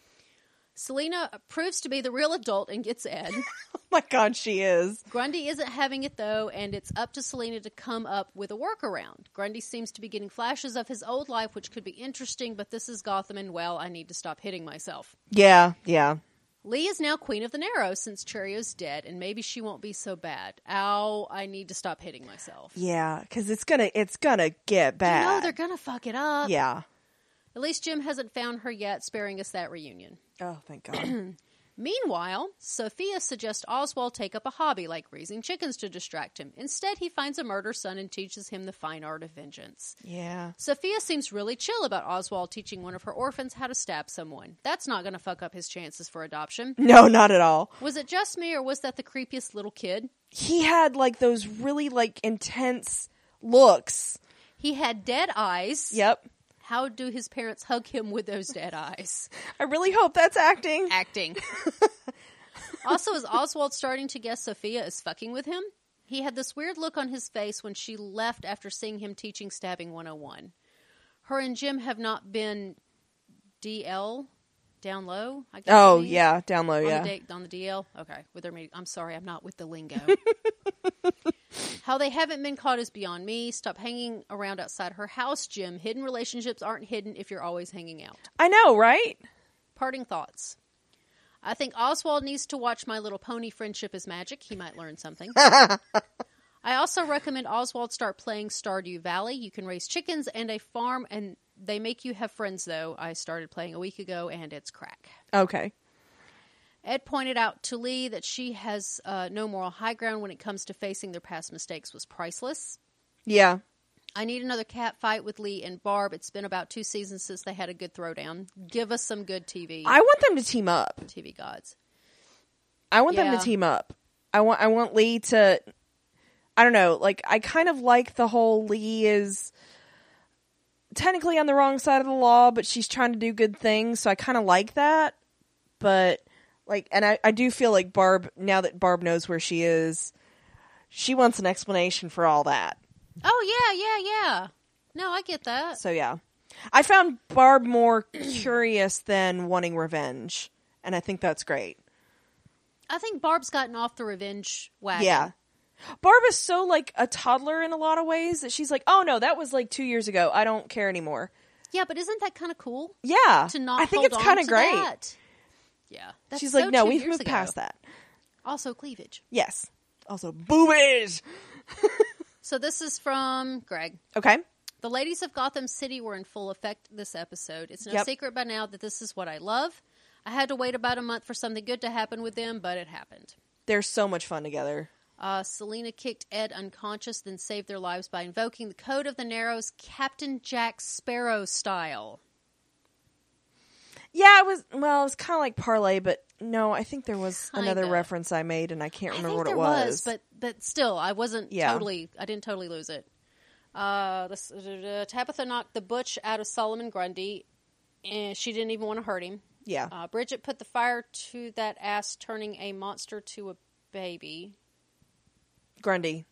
B: Selena proves to be the real adult and gets Ed.
A: Oh my god, she is.
B: Grundy isn't having it though, and it's up to Selena to come up with a workaround. Grundy seems to be getting flashes of his old life, which could be interesting, but this is Gotham, and well, I need to stop hitting myself.
A: Yeah, yeah.
B: Lee is now queen of the narrow since Cherio's dead, and maybe she won't be so bad. Ow, I need to stop hitting myself.
A: Yeah, cuz it's going to it's going to get bad.
B: No, they're gonna fuck it up.
A: yeah.
B: At least Jim hasn't found her yet, sparing us that reunion.
A: Oh, thank [CLEARS THROAT] god.
B: Meanwhile, Sophia suggests Oswald take up a hobby like raising chickens to distract him. Instead, he finds a murder son and teaches him the fine art of vengeance.
A: yeah.
B: Sophia seems really chill about Oswald teaching one of her orphans how to stab someone. That's not going to fuck up his chances for adoption.
A: No, not at all.
B: Was it just me, or was that the creepiest little kid?
A: He had like those really like intense looks.
B: He had dead eyes.
A: Yep.
B: How do his parents hug him with those dead eyes?
A: I really hope that's acting.
B: acting. [LAUGHS] also, is Oswald starting to guess Sophia is fucking with him? He had this weird look on his face when she left after seeing him teaching Stabbing 101. Her and Jim have not been DL, down low, I guess.
A: Oh,
B: it means.
A: yeah, down low,
B: On,
A: yeah.
B: the da- on the DL? Okay. With their meeting. I'm sorry, I'm not with the
A: [LAUGHS]
B: lingo. How they haven't been caught is beyond me. Stop hanging around outside her house, Jim. Hidden relationships aren't hidden if you're always hanging out.
A: I know, right?
B: Parting thoughts. I think Oswald needs to watch My Little Pony Friendship is Magic. He might learn something. I also recommend Oswald start playing Stardew Valley. You can raise chickens and a farm, and they make you have friends, though. I started playing a week ago, and it's crack.
A: Okay.
B: Ed pointed out to Lee that she has uh, no moral high ground when it comes to facing their past mistakes was priceless.
A: Yeah.
B: I need another cat fight with Lee and Barb. It's been about two seasons since they had a good throwdown. Give us some good TV.
A: I want them to team up.
B: TV gods.
A: I want them
B: Yeah.
A: to team up. I want I want Lee to I don't know, like I kind of like the whole Lee is technically on the wrong side of the law, but she's trying to do good things, so I kind of like that. But like and I I do feel like Barb now that Barb knows where she is, she wants an explanation for all that.
B: Oh yeah, yeah, yeah. No, I get that.
A: So yeah. I found Barb more [CLEARS THROAT] curious than wanting revenge, and I think that's great.
B: I think Barb's gotten off the revenge wagon.
A: Yeah. Barb is so like a toddler in a lot of ways that she's like, oh no, that was like two years ago. I don't care anymore.
B: Yeah, but isn't that kind of cool
A: Yeah.
B: to not
A: I think
B: hold
A: it's
B: on
A: kinda
B: to
A: great.
B: that? Yeah. That's
A: She's
B: so
A: like, no,
B: two
A: we've
B: years
A: moved
B: ago."
A: past that.
B: Also cleavage.
A: Yes. Also, boobies.
B: So this is from Greg.
A: Okay.
B: The ladies of Gotham City were in full effect this episode. It's no
A: Yep.
B: secret by now that this is what I love. I had to wait about a month for something good to happen with them, but it happened.
A: They're so much fun together.
B: Uh, Selena kicked Ed unconscious, then saved their lives by invoking the code of the Narrows, Captain Jack Sparrow style.
A: Yeah, it was, well, it was kind of like parlay, but no, I think there was another
B: Kinda.
A: reference I made and I can't remember
B: I think
A: what
B: there
A: it was.
B: but but still, I wasn't
A: Yeah.
B: totally. I didn't totally lose it. Uh, this, uh, Tabitha knocked the butch out of Solomon Grundy, and she didn't even want to hurt him.
A: yeah.
B: Uh, Bridget put the fire to that ass, turning a monster to a baby.
A: Grundy.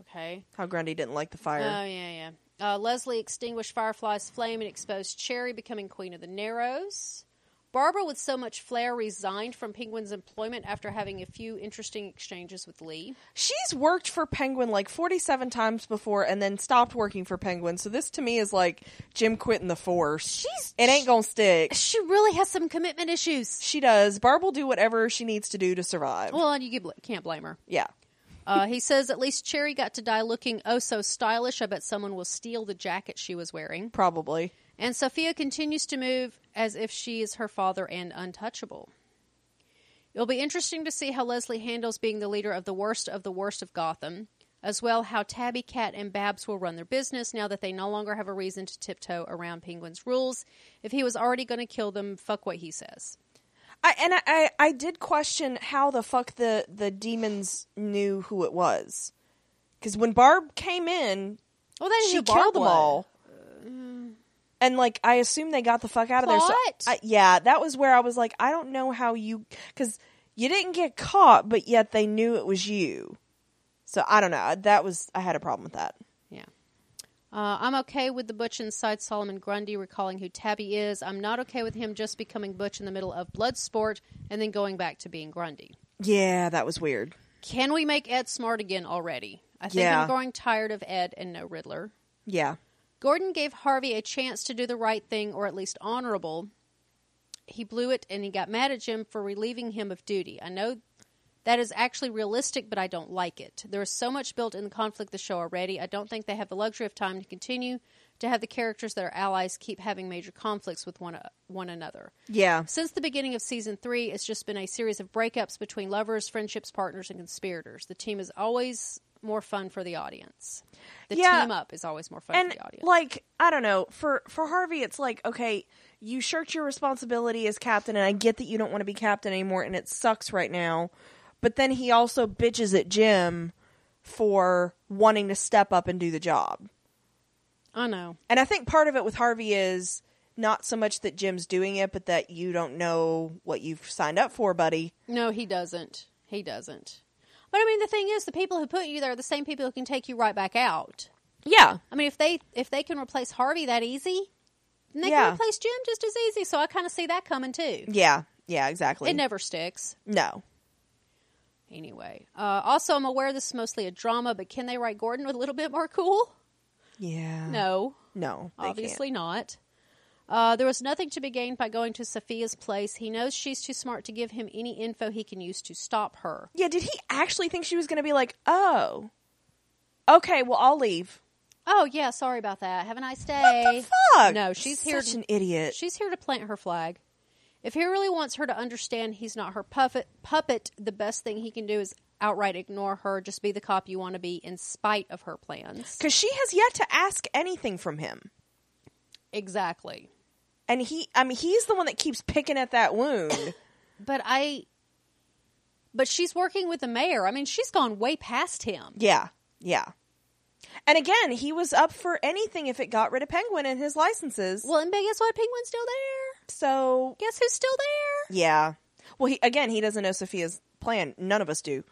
B: Okay.
A: How Grundy didn't like the
B: Oh
A: fire.
B: yeah, yeah. Uh, Leslie extinguished Firefly's flame and exposed Cherry, becoming Queen of the Narrows. Barbara, with so much flair, resigned from Penguin's employment after having a few interesting exchanges with Lee.
A: She's worked for Penguin like 47 times before and then stopped working for Penguin. So this to me is like Jim quitting the force.
B: She's-
A: it ain't going to stick.
B: She really has some commitment issues.
A: She does. Barb will do whatever she needs to do to survive.
B: Well, and you get bl- can't blame her.
A: yeah.
B: Uh, he says at least Cherry got to die looking oh so stylish. I bet someone will steal the jacket she was wearing.
A: Probably.
B: And Sophia continues to move as if she is her father and untouchable. It'll be interesting to see how Leslie handles being the leader of the worst of the worst of Gotham, as well how Tabby Cat and Babs will run their business now that they no longer have a reason to tiptoe around Penguin's rules. If he was already going to kill them, fuck what he says.
A: I, and I, I, I did question how the fuck the, the demons knew who it was. Because when Barb came in,
B: Well, then
A: she Mm. killed them all. And like, I assume they got the fuck out of there.
B: Plot?
A: So, I, yeah, that was where I was like, I don't know how you, because you didn't get caught, but yet they knew it was you. So I don't know. That was I had a problem with that.
B: Yeah. Uh, I'm okay with the Butch inside Solomon Grundy recalling who Tabby is. I'm not okay with him just becoming Butch in the middle of Bloodsport and then going back to being Grundy.
A: Yeah, that was weird.
B: Can we make Ed smart again already? I think
A: Yeah.
B: I'm growing tired of Ed and no Riddler.
A: Yeah.
B: Gordon gave Harvey a chance to do the right thing or at least honorable. He blew it and he got mad at Jim for relieving him of duty. I know that is actually realistic, but I don't like it. There is so much built in the conflict of the show already. I don't think they have the luxury of time to continue to have the characters that are allies keep having major conflicts with one, one another.
A: Yeah.
B: Since the beginning of season three, it's just been a series of breakups between lovers, friendships, partners, and conspirators. The team is always more fun for the audience. The
A: Yeah.
B: team up is always more fun
A: and
B: for the audience.
A: like i don't know for for harvey it's like okay you shirked your responsibility as captain and i get that you don't want to be captain anymore and it sucks right now but then he also bitches at jim for wanting to step up and do the job
B: I know.
A: and i think part of it with harvey is not so much that jim's doing it but that you don't know what you've signed up for buddy
B: No, he doesn't. He doesn't. But I mean, the thing is, the people who put you there are the same people who can take you right back out.
A: yeah
B: I mean, if they if they can replace Harvey that easy, then they
A: Yeah.
B: can replace Jim just as easy. So I kind of see that coming too.
A: yeah yeah exactly
B: It never sticks.
A: no
B: Anyway, uh, also I'm aware this is mostly a drama, but can they write Gordon a little bit more cool?
A: yeah
B: No,
A: no they can't.
B: obviously not. Uh, there was nothing to be gained by going to Sophia's place. He knows she's too smart to give him any info he can use to stop her.
A: Yeah, did he actually think she was going to be like, oh, okay, well, I'll leave?
B: Oh yeah, sorry about that. Have a nice day.
A: Fuck.
B: No, she's here
A: Such
B: to-
A: an idiot.
B: She's here to plant her flag. If he really wants her to understand he's not her puppet, puppet, the best thing he can do is outright ignore her, just be the cop you want to be in spite of her plans.
A: Because she has yet to ask anything from him.
B: Exactly.
A: And he, I mean, he's the one that keeps picking at that
B: [COUGHS]
A: wound.
B: But I but she's working with the mayor. I mean, she's gone way past him.
A: yeah, yeah. And again, he was up for anything if it got rid of Penguin and his licenses.
B: Well, and guess what? Penguin's still there.
A: so,
B: Guess who's still there?
A: yeah. Well, he, again, he doesn't know Sophia's plan. None of us do.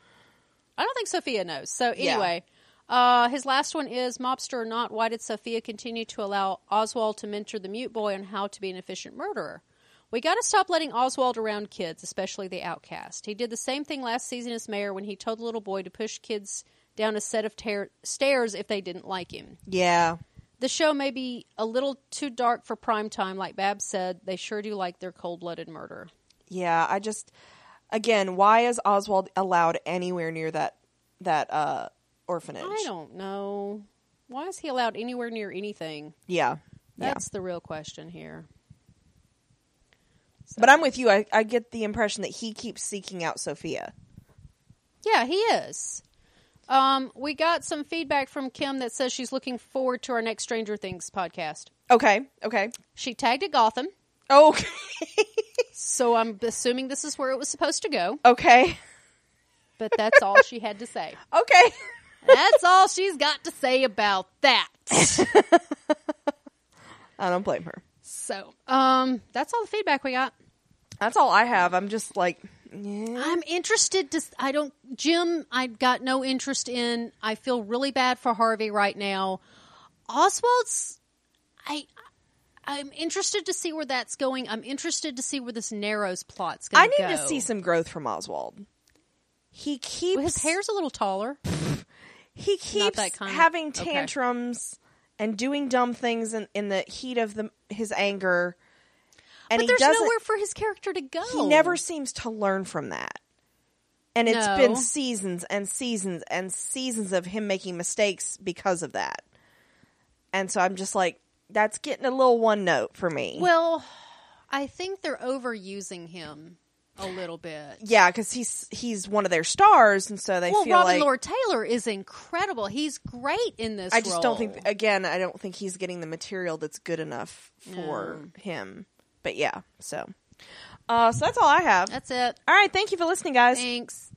B: I don't think Sophia knows. So
A: Yeah.
B: anyway, uh, his last one is mobster or not. Why did Sophia continue to allow Oswald to mentor the mute boy on how to be an efficient murderer? We got to stop letting Oswald around kids, especially the outcast. He did the same thing last season as mayor when he told the little boy to push kids down a set of ter- stairs if they didn't like him.
A: Yeah.
B: The show may be a little too dark for prime time, like Bab said. They sure do like their cold blooded murder.
A: Yeah, I just again, why is Oswald allowed anywhere near that that uh orphanage?
B: I don't know. Why is he allowed anywhere near anything?
A: Yeah.
B: That's the real question here.
A: yeah. But I'm with you. I, I get the impression that he keeps seeking out Sophia.
B: Yeah, he is. Um, we got some feedback from Kim that says she's looking forward to our next Stranger Things podcast.
A: Okay. Okay. Oh,
B: She tagged it Gotham,
A: Okay. [LAUGHS]
B: so I'm assuming this is where it was supposed to go,
A: okay.
B: but that's all she had to [LAUGHS] say.
A: Okay.
B: That's all she's got to say about [LAUGHS] that.
A: I don't blame her.
B: So, um, that's all the feedback we got.
A: That's all I have. I'm just like yeah.
B: I'm interested to. I don't. Jim, I got no interest in. I feel really bad for Harvey right now. Oswald's. I. I'm interested to see where that's going. I'm interested to see where this narrows plot's
A: I
B: going.
A: need to see some growth from Oswald. He keeps
B: His hair's a little taller.
A: he keeps
B: that kind of-
A: having
B: okay.
A: tantrums and doing dumb things in, in the heat of the, his anger. And
B: But
A: he
B: there's
A: doesn't,
B: nowhere for his character to go.
A: he never seems to learn from that. And it's
B: No.
A: been seasons and seasons and seasons of him making mistakes because of that. And so I'm just like, that's getting a little one note for me.
B: Well, I think they're overusing him a little bit.
A: yeah, because he's he's one of their stars, and so they
B: Well,
A: feel
B: Robin
A: like
B: Lord Taylor is incredible. He's great in this.
A: I just don't think
B: role.
A: again. I don't think he's getting the material that's good enough for him. But yeah, so uh, so that's all I have.
B: That's it.
A: all right, thank you for listening, guys.
B: Thanks.